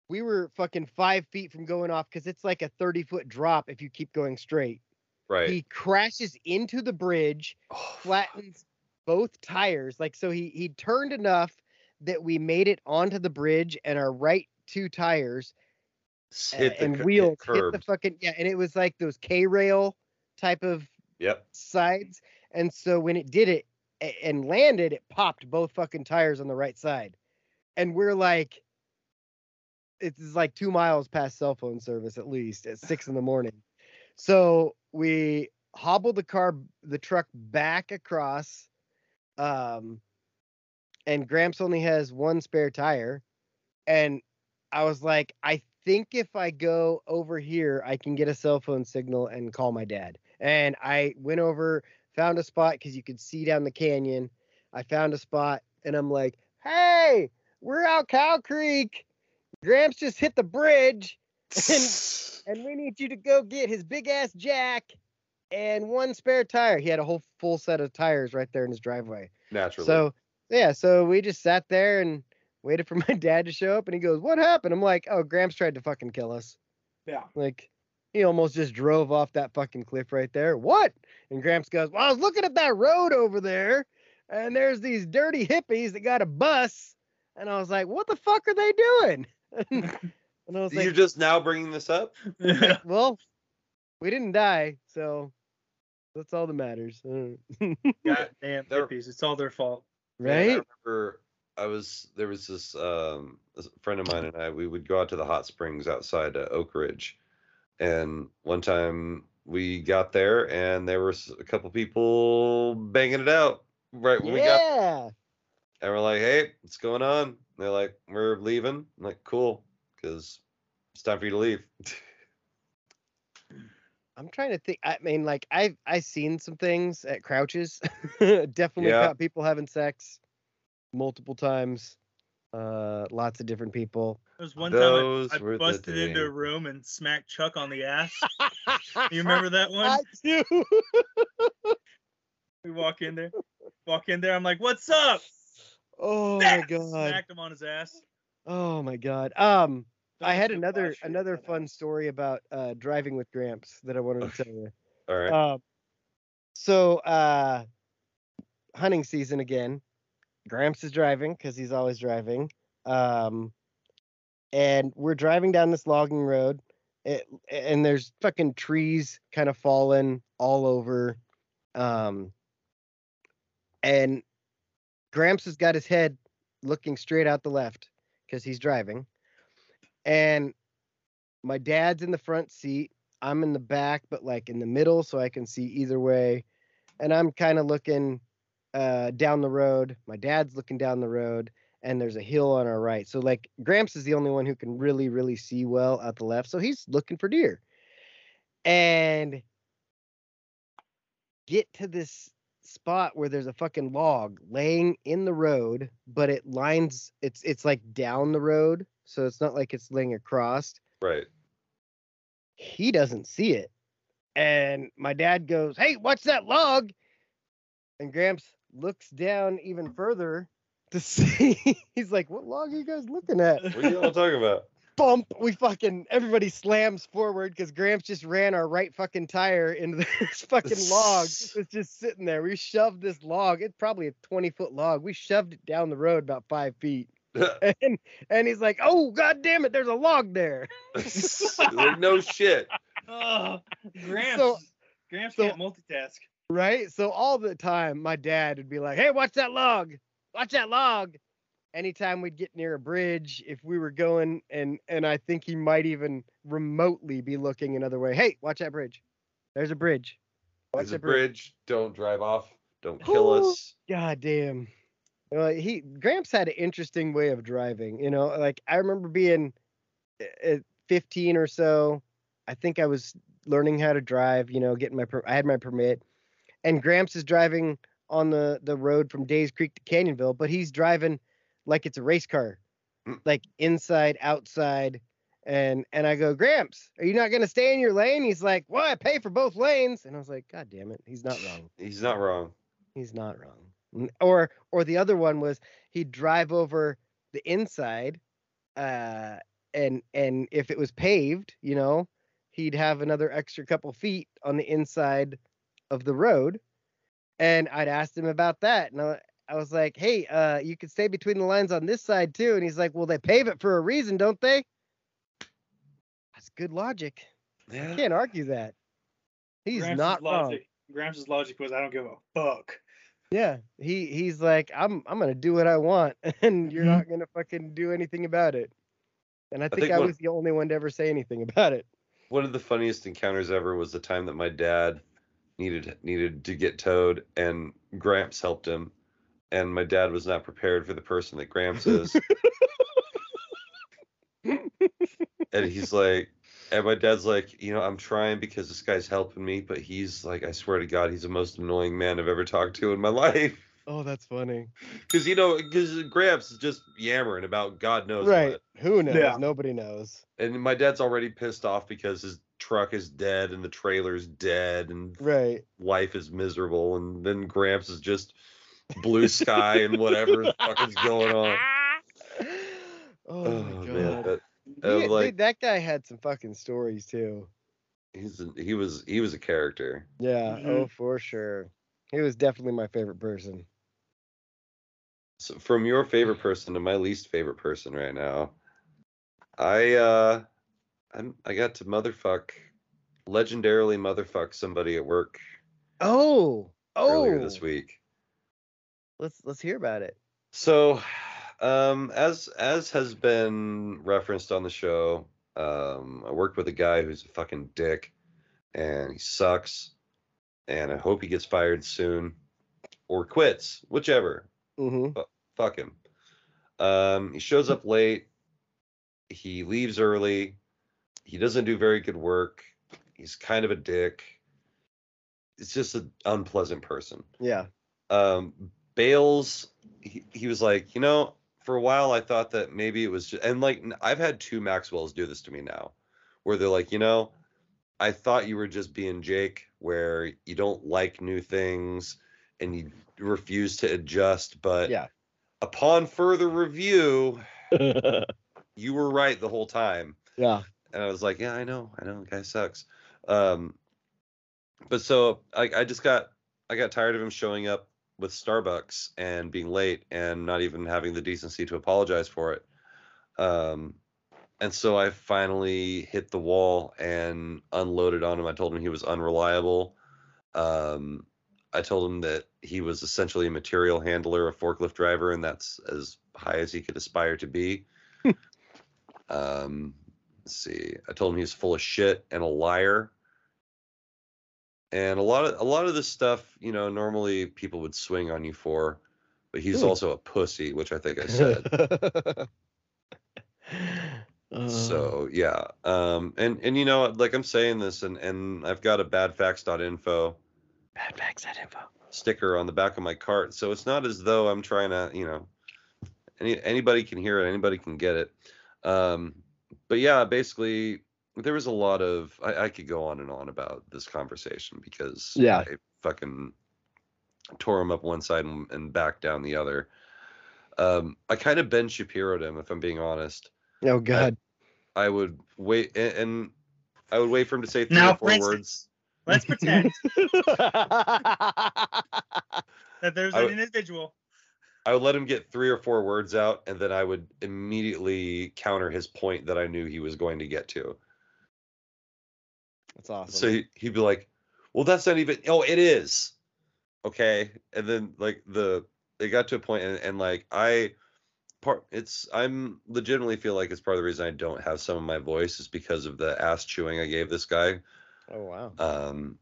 We were fucking five feet from going off because it's like a thirty foot drop if you keep going straight. Right. He crashes into the bridge, Oh, flattens both tires. Like so, he he turned enough that we made it onto the bridge and our right two tires s- uh, hit the and cu- wheels hit hit curb. the fucking yeah, and it was like those K rail type of Yep. sides. And so when it did it a- and landed, it popped both fucking tires on the right side. And we're like, it's like two miles past cell phone service at least at six in the morning. So we hobbled the car, the truck back across. Um, and Gramps only has one spare tire. And I was like, I think if I go over here, I can get a cell phone signal and call my dad. And I went over, found a spot because you could see down the canyon. I found a spot and I'm like, hey, we're out Cow Creek. Gramps just hit the bridge and we need you to go get his big ass jack and one spare tire. He had a whole full set of tires right there in his driveway. Naturally. So yeah, so we just sat there and waited for my dad to show up, and he goes, "What happened?" I'm like, "Oh, Gramps tried to fucking kill us." Yeah. Like, He almost just drove off that fucking cliff right there. What? And Gramps goes, Well, I was looking at that road over there, and there's these dirty hippies that got a bus. And I was like, What the fuck are they doing? and I was You're like, just now bringing this up? yeah. Well, we didn't die, so that's all that matters. Uh, God damn They're- hippies. It's all their fault. Yeah, Right? I remember I was there was this um this friend of mine and I we would go out to the hot springs outside uh, Oak Ridge, and one time we got there and there were s- a couple people banging it out right when we got yeah. and we're like, hey, what's going on? And they're like, we're leaving. I'm like, cool, because it's time for you to leave. I'm trying to think. I mean, like I've I seen some things at Crouches. Definitely Yeah. caught people having sex multiple times. Uh, lots of different people. There was one Those time I, were I the busted into a days. room and smacked Chuck on the ass. You remember that one? I do. We walk in there, walk in there. I'm like, "What's up?" Oh my god. Smacked him on his ass. Oh my god. Um, I Don't had you another watch it, another but, uh, fun story about uh driving with Gramps that I wanted to tell you. All right. Um, so uh, hunting season again. Gramps is driving because he's always driving. Um, and we're driving down this logging road, it, and there's fucking trees kind of fallen all over. Um, and Gramps has got his head looking straight out the left because he's driving. And my dad's in the front seat, I'm in the back, but like in the middle, so I can see either way. And I'm kind of looking uh, down the road. My dad's looking down the road, and there's a hill on our right. So like Gramps is the only one who can really, really see well out the left. So he's looking for deer. And get to this spot where there's a fucking log laying in the road, but it lines it's it's like down the road. So it's not like it's laying across Right. he doesn't see it. And my dad goes, Hey, what's that log? And Gramps looks down even further to see. He's like, What log are you guys looking at? What are y'all talking about? Bump. We fucking, everybody slams forward because Gramps just ran our right fucking tire into this fucking log. It's just sitting there. We shoved this log. It's probably a 20 foot log. We shoved it down the road about five feet. And, and he's like, Oh, God damn it. There's a log there. like, no shit. Oh, Gramps. So- Gramps so- can't multitask. Right? So all the time my dad would be like, Hey, watch that log. Watch that log. Anytime we'd get near a bridge, if we were going and and I think he might even remotely be looking another way. Hey, watch that bridge. There's a bridge. Watch There's a that bridge. bridge. Don't drive off. Don't kill us. God damn. Well, he Gramps had an interesting way of driving. You know, like I remember being uh, 15 or so. I think I was learning how to drive. You know, getting my per- I had my permit, and Gramps is driving on the the road from Days Creek to Canyonville, but he's driving like it's a race car, Mm. like inside, outside, and and I go, Gramps, are you not gonna stay in your lane? He's like, Well, I pay for both lanes, and I was like, God damn it, he's not wrong. He's not wrong. He's not wrong. N- Or or the other one was he'd drive over the inside, uh, and and if it was paved, you know, he'd have another extra couple feet on the inside of the road. And I'd asked him about that, and I, I was like, "Hey, uh, you could stay between the lines on this side too." And he's like, "Well, they pave it for a reason, don't they?" That's good logic. Yeah. Can't argue that. He's Gramps' not wrong. logic, Gramps' logic was, I don't give a fuck. Yeah, he he's like, I'm I'm gonna do what I want, and you're Mhm. not gonna fucking do anything about it. And I think I, think one- was the only one to ever say anything about it. One of the funniest encounters ever was the time that my dad needed needed to get towed, and Gramps helped him, and my dad was not prepared for the person that Gramps is. and he's like, and my dad's like, you know, I'm trying because this guy's helping me, but he's like, I swear to God, he's the most annoying man I've ever talked to in my life. Oh, that's funny. Because you know, because Gramps is just yammering about God knows Right? what. Who knows? Yeah. Nobody knows. and my dad's already pissed off because his truck is dead and the trailer's dead and Right? life is miserable and then gramps is just blue sky and whatever the fuck is going on oh my god. that, He- Oh, I'm like- dude, that guy had some fucking stories too. he's a, he was he was a character. Yeah. Mhm. Oh, for sure. He was definitely my favorite person. So from your favorite person to my least favorite person right now, I uh, I'm I got to motherfuck, legendarily motherfuck somebody at work Oh. Oh. earlier this week. Let's let's hear about it. So, um, as as has been referenced on the show, um, I worked with a guy who's a fucking dick, and he sucks, and I hope he gets fired soon, or quits, whichever. Mm-hmm. Fuck him. Um, he shows up late. He leaves early. He doesn't do very good work. He's kind of a dick. It's just an unpleasant person Yeah. um, Bales, he, he was like, you know, for a while I thought that maybe it was just, and like n- I've had two Maxwells do this to me now, where they're like, you know, I thought you were just being Jake, where you don't like new things and you refuse to adjust, but Yeah. upon further review, you were right the whole time Yeah. and I was like, yeah, I know, I know, the guy sucks. Um, but so I, I just got I got tired of him showing up with Starbucks and being late and not even having the decency to apologize for it. Um, and so I finally hit the wall and unloaded on him. I told him he was unreliable. Um, I told him that he was essentially a material handler, a forklift driver, and that's as high as he could aspire to be. um, let's see. I told him he was full of shit and a liar. And a lot of a lot of this stuff, you know, normally people would swing on you for, but he's Hmm. also a pussy, which I think I said. Uh, Uh-huh. so yeah um and and you know like i'm saying this and and i've got a badfacts.info bad bags that info. sticker on the back of my cart so it's not as though i'm trying to you know any anybody can hear it anybody can get it um but yeah basically there was a lot of i, I could go on and on about this conversation because Yeah. i fucking tore him up one side and, and back down the other um i kind of ben shapiro'd him if i'm being honest Oh God. I would wait and, and I would wait for him to say three Now, or four for instance, words. Let's pretend yeah. that there's I an would- individual. I would let him get three or four words out, and then I would immediately counter his point that I knew he was going to get to. That's awesome. So he, he'd be like, "Well, that's not even. Oh, it is. Okay." And then like the it got to a point, and, and like I part it's I'm legitimately feel like it's part of the reason I don't have some of my voice is because of the ass chewing I gave this guy oh wow. um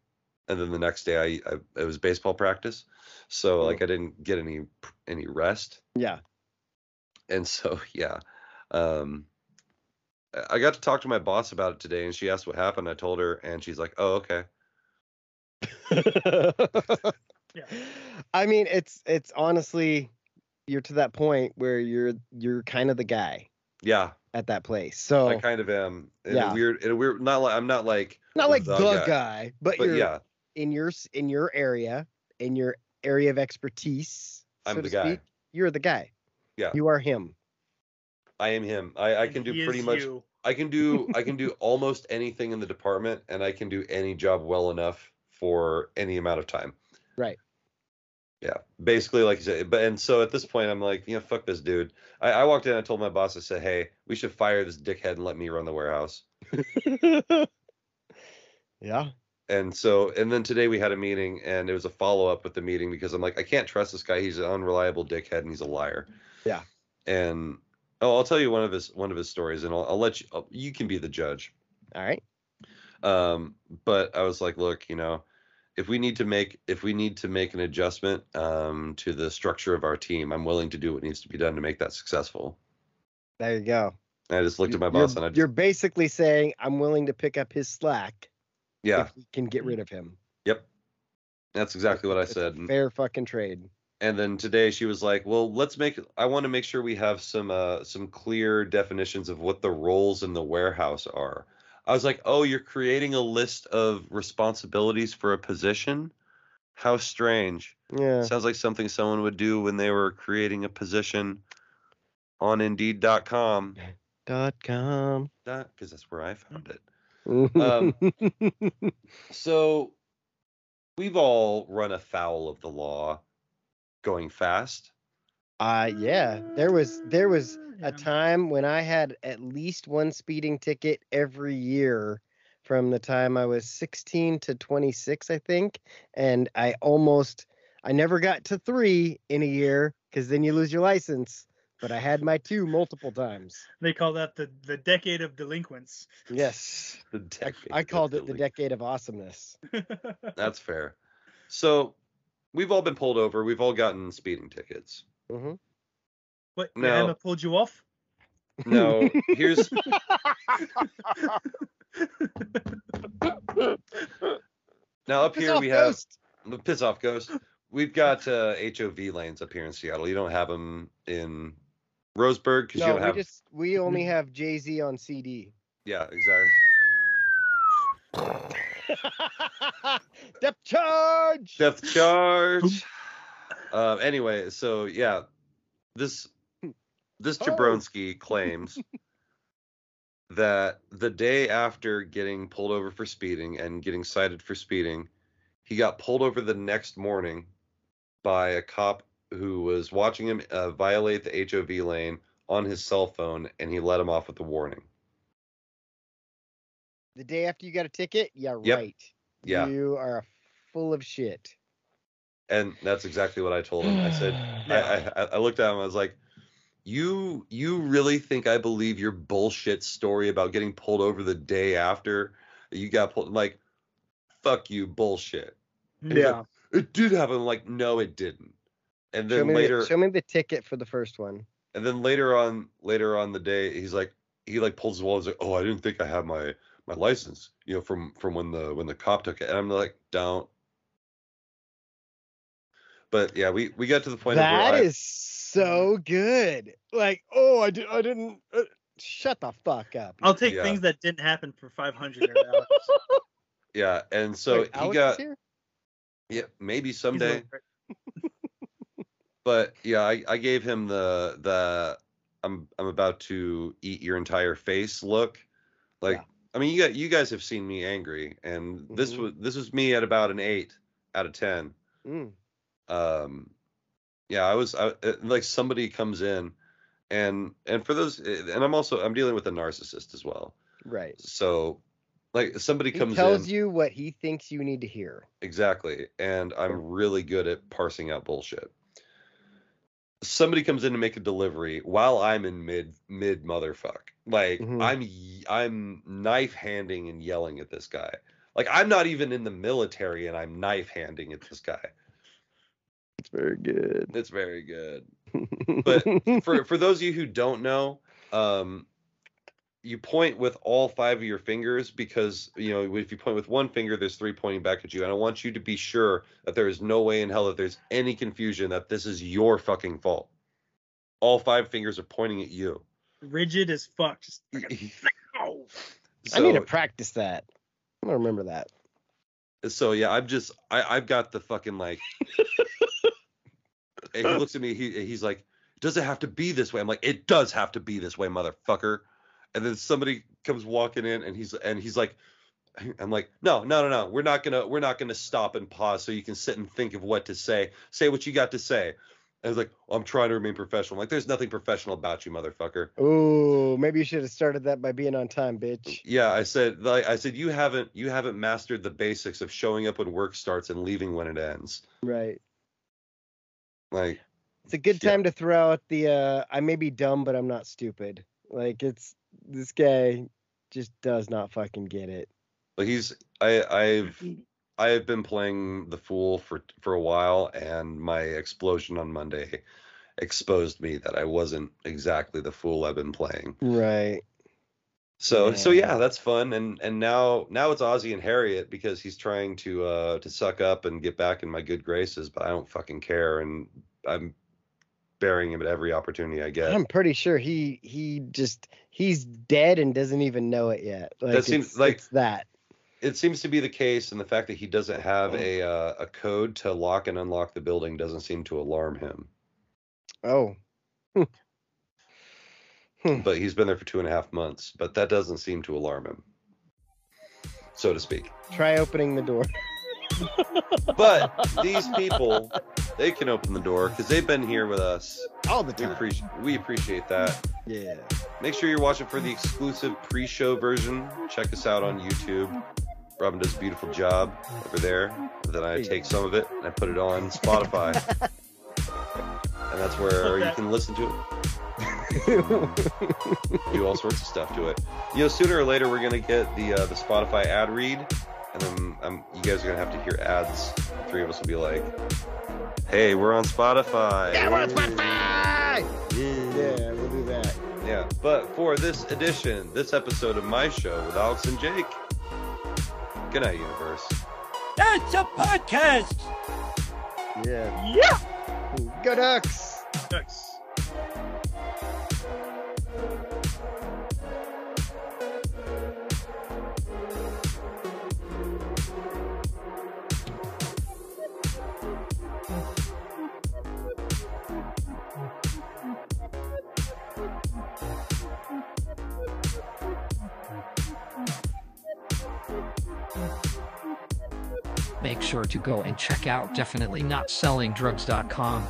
and then the next day I, I it was baseball practice so like i didn't get any any rest Yeah. and so yeah um I- i got to talk to my boss about it today and she asked what happened i told her and she's like oh okay I mean, it's it's honestly, you're to that point where you're you're kind of the guy yeah at that place. So i kind of am in Oh. Yeah. a weird in a weird not like i'm not like not like the, the guy, guy. but, but, you're yeah in your s- in your area, in your area of expertise. i'm so the to guy speak, You're the guy. Yeah. You are him. i am him i i and can do he is pretty much you. I can do I can do almost anything in the department and I can do any job well enough for any amount of time. Right. Yeah. Basically like you said, but and so at this point I'm like, you know, fuck this dude. I, I walked in, I told my boss, I said, Hey, we should fire this dickhead and let me run the warehouse. Yeah. And so and then today we had a meeting and it was a follow up with the meeting because I'm like, I can't trust this guy. He's an unreliable dickhead and he's a liar. Yeah. And oh, I'll tell you one of his one of his stories and I'll, I'll let you you can be the judge. All right. um but i was like look you know if we need to make if we need to make an adjustment um to the structure of our team i'm willing to do what needs to be done to make that successful There you go. and i just looked at my You're- boss and i you're just basically saying I'm willing to pick up his slack yeah if we can get rid of him. yep that's exactly what i It's a said "Mm." Fair fucking trade. and then today she was like well let's make i want to make sure we have some uh some clear definitions of what the roles in the warehouse are i was like oh you're creating a list of responsibilities for a position how strange Yeah. Sounds like something someone would do when they were creating a position on Indeed.com, Dot com. because that's where I found it. Um, So we've all run afoul of the law going fast. uh, yeah, there was there was Yeah. a time when I had at least one speeding ticket every year from the time I was 16 to 26, I think. And I almost, I never got to three in a year because then you lose your license. But I had my two multiple times. They call that the the decade of delinquents. Yes. The I, decade I of called it the delin- decade of awesomeness. That's fair. So we've all been pulled over. We've all gotten speeding tickets. Mhm. What? No. Emma pulled you off. No, here's now up Piss here off, we have ghost. the piss off ghost. We've got uh, HOV lanes up here in Seattle. You don't have them in Roseburg because you No, don't we have. just we only have Jay Z on CD. Yeah, exactly. Depth charge. Death charge. Uh, anyway, so yeah, this this Oh. Jabronsky claims that the day after getting pulled over for speeding and getting cited for speeding, he got pulled over the next morning by a cop who was watching him uh, violate the HOV lane on his cell phone, and he let him off with a warning. The day after you got a ticket, yeah, Yep. right. Yeah, You are full of shit. and that's exactly what I told him. I said, I, I I looked at him. I was like, "You you really think I believe your bullshit story about getting pulled over the day after you got pulled?" I'm like, "Fuck you, bullshit." And he's like, it did happen. I'm like, no, it didn't. And Show then me, later, the, show me the ticket for the first one. and then later on, later on the day, he's like, he like pulls his wallet. He's like, "Oh, I didn't think I had my my license, you know, from from when the when the cop took it." And I'm like, "Don't." But yeah, we we got to the point of where That I- is so good. Like, oh, I did, I didn't. Uh, shut the fuck up. I'll take Yeah. things that didn't happen for 500. or Alex. yeah, and so Wait, he Alex is got. here? Yeah, maybe He's a someday. little prick. But yeah, I, I gave him the the I'm I'm about to eat your entire face look. Like Yeah. I mean, you got you guys have seen me angry, and this Mhm. was this was me at about an eight out of ten. Mm. um yeah i was I, uh, like somebody comes in and and for those uh, and i'm also i'm dealing with a narcissist as well right. so like somebody He comes tells in you what he thinks you need to hear. exactly and i'm really good at parsing out bullshit somebody comes in to make a delivery while i'm in mid mid motherfuck like Mhm. i'm y- i'm knife handing and yelling at this guy like i'm not even in the military and i'm knife handing at this guy It's very good. it's very good But- for for those of you who don't know, um, you point with all five of your fingers because you know if you point with one finger, there's three pointing back at you, and I want you to be sure that there is no way in hell that there's any confusion that this is your fucking fault. All five fingers are pointing at you. Rigid as fuck. Just fucking, oh. I need to So- practice that. I'm gonna remember that. so yeah, I'm just I I've got the fucking like. and he looks at me. He he's like, "Does it have to be this way?" I'm like, "It does have to be this way, motherfucker." And then somebody comes walking in, and he's and he's like, "I'm like, no, no, no, no. We're not gonna we're not gonna stop and pause so you can sit and think of what to say. Say what you got to say." And I was like, "I'm trying to remain professional." I'm like, "There's nothing professional about you, motherfucker." Ooh, maybe you should have started that by being on time, bitch. Yeah, I said, like, I said, you haven't you haven't mastered the basics of showing up when work starts and leaving when it ends. Right. Like, It's a good Yeah. time to throw out the uh I may be dumb, but I'm not stupid. Like it's this guy just does not fucking get it. But he's I I've Mm. I have been playing the fool for for a while, and my explosion on Monday exposed me that I wasn't exactly the fool I've been playing. Right. So so Yeah. yeah, that's fun. And and now now it's Ozzy and Harriet because he's trying to uh to suck up and get back in my good graces, but I don't fucking care, and I'm burying him at every opportunity I get. I'm pretty sure he he just he's dead and doesn't even know it yet. Like That seems it's, like- it's that. it seems to be the case, and the fact that he doesn't Oh. have a uh, a code to lock and unlock the building doesn't seem to alarm him. Oh. but he's been there for two and a half months. But that doesn't seem to alarm him. so to speak. Try opening the door. But these people, they can open the door because they've been here with us. All the We time. appreciate we appreciate that. Yeah. Make sure you're watching for the exclusive pre-show version. Check us out on YouTube. Robin does a beautiful job over there. Then I take some of it and I put it on Spotify, and that's where you can listen to it. do all sorts of stuff to it. You know, sooner or later we're gonna get the uh, the Spotify ad read, and then um, you guys are gonna have to hear ads. The three of us will be like, "Hey, we're on Spotify." yeah, we're on Spotify! Yeah. Yeah, we'll do that. Yeah. But for this edition, this episode of my show with Alex and Jake. Good night, universe. That's a podcast. Yeah. Yeah. Go Ducks! Thanks. Make sure to go and check out definitely not selling drugs.com.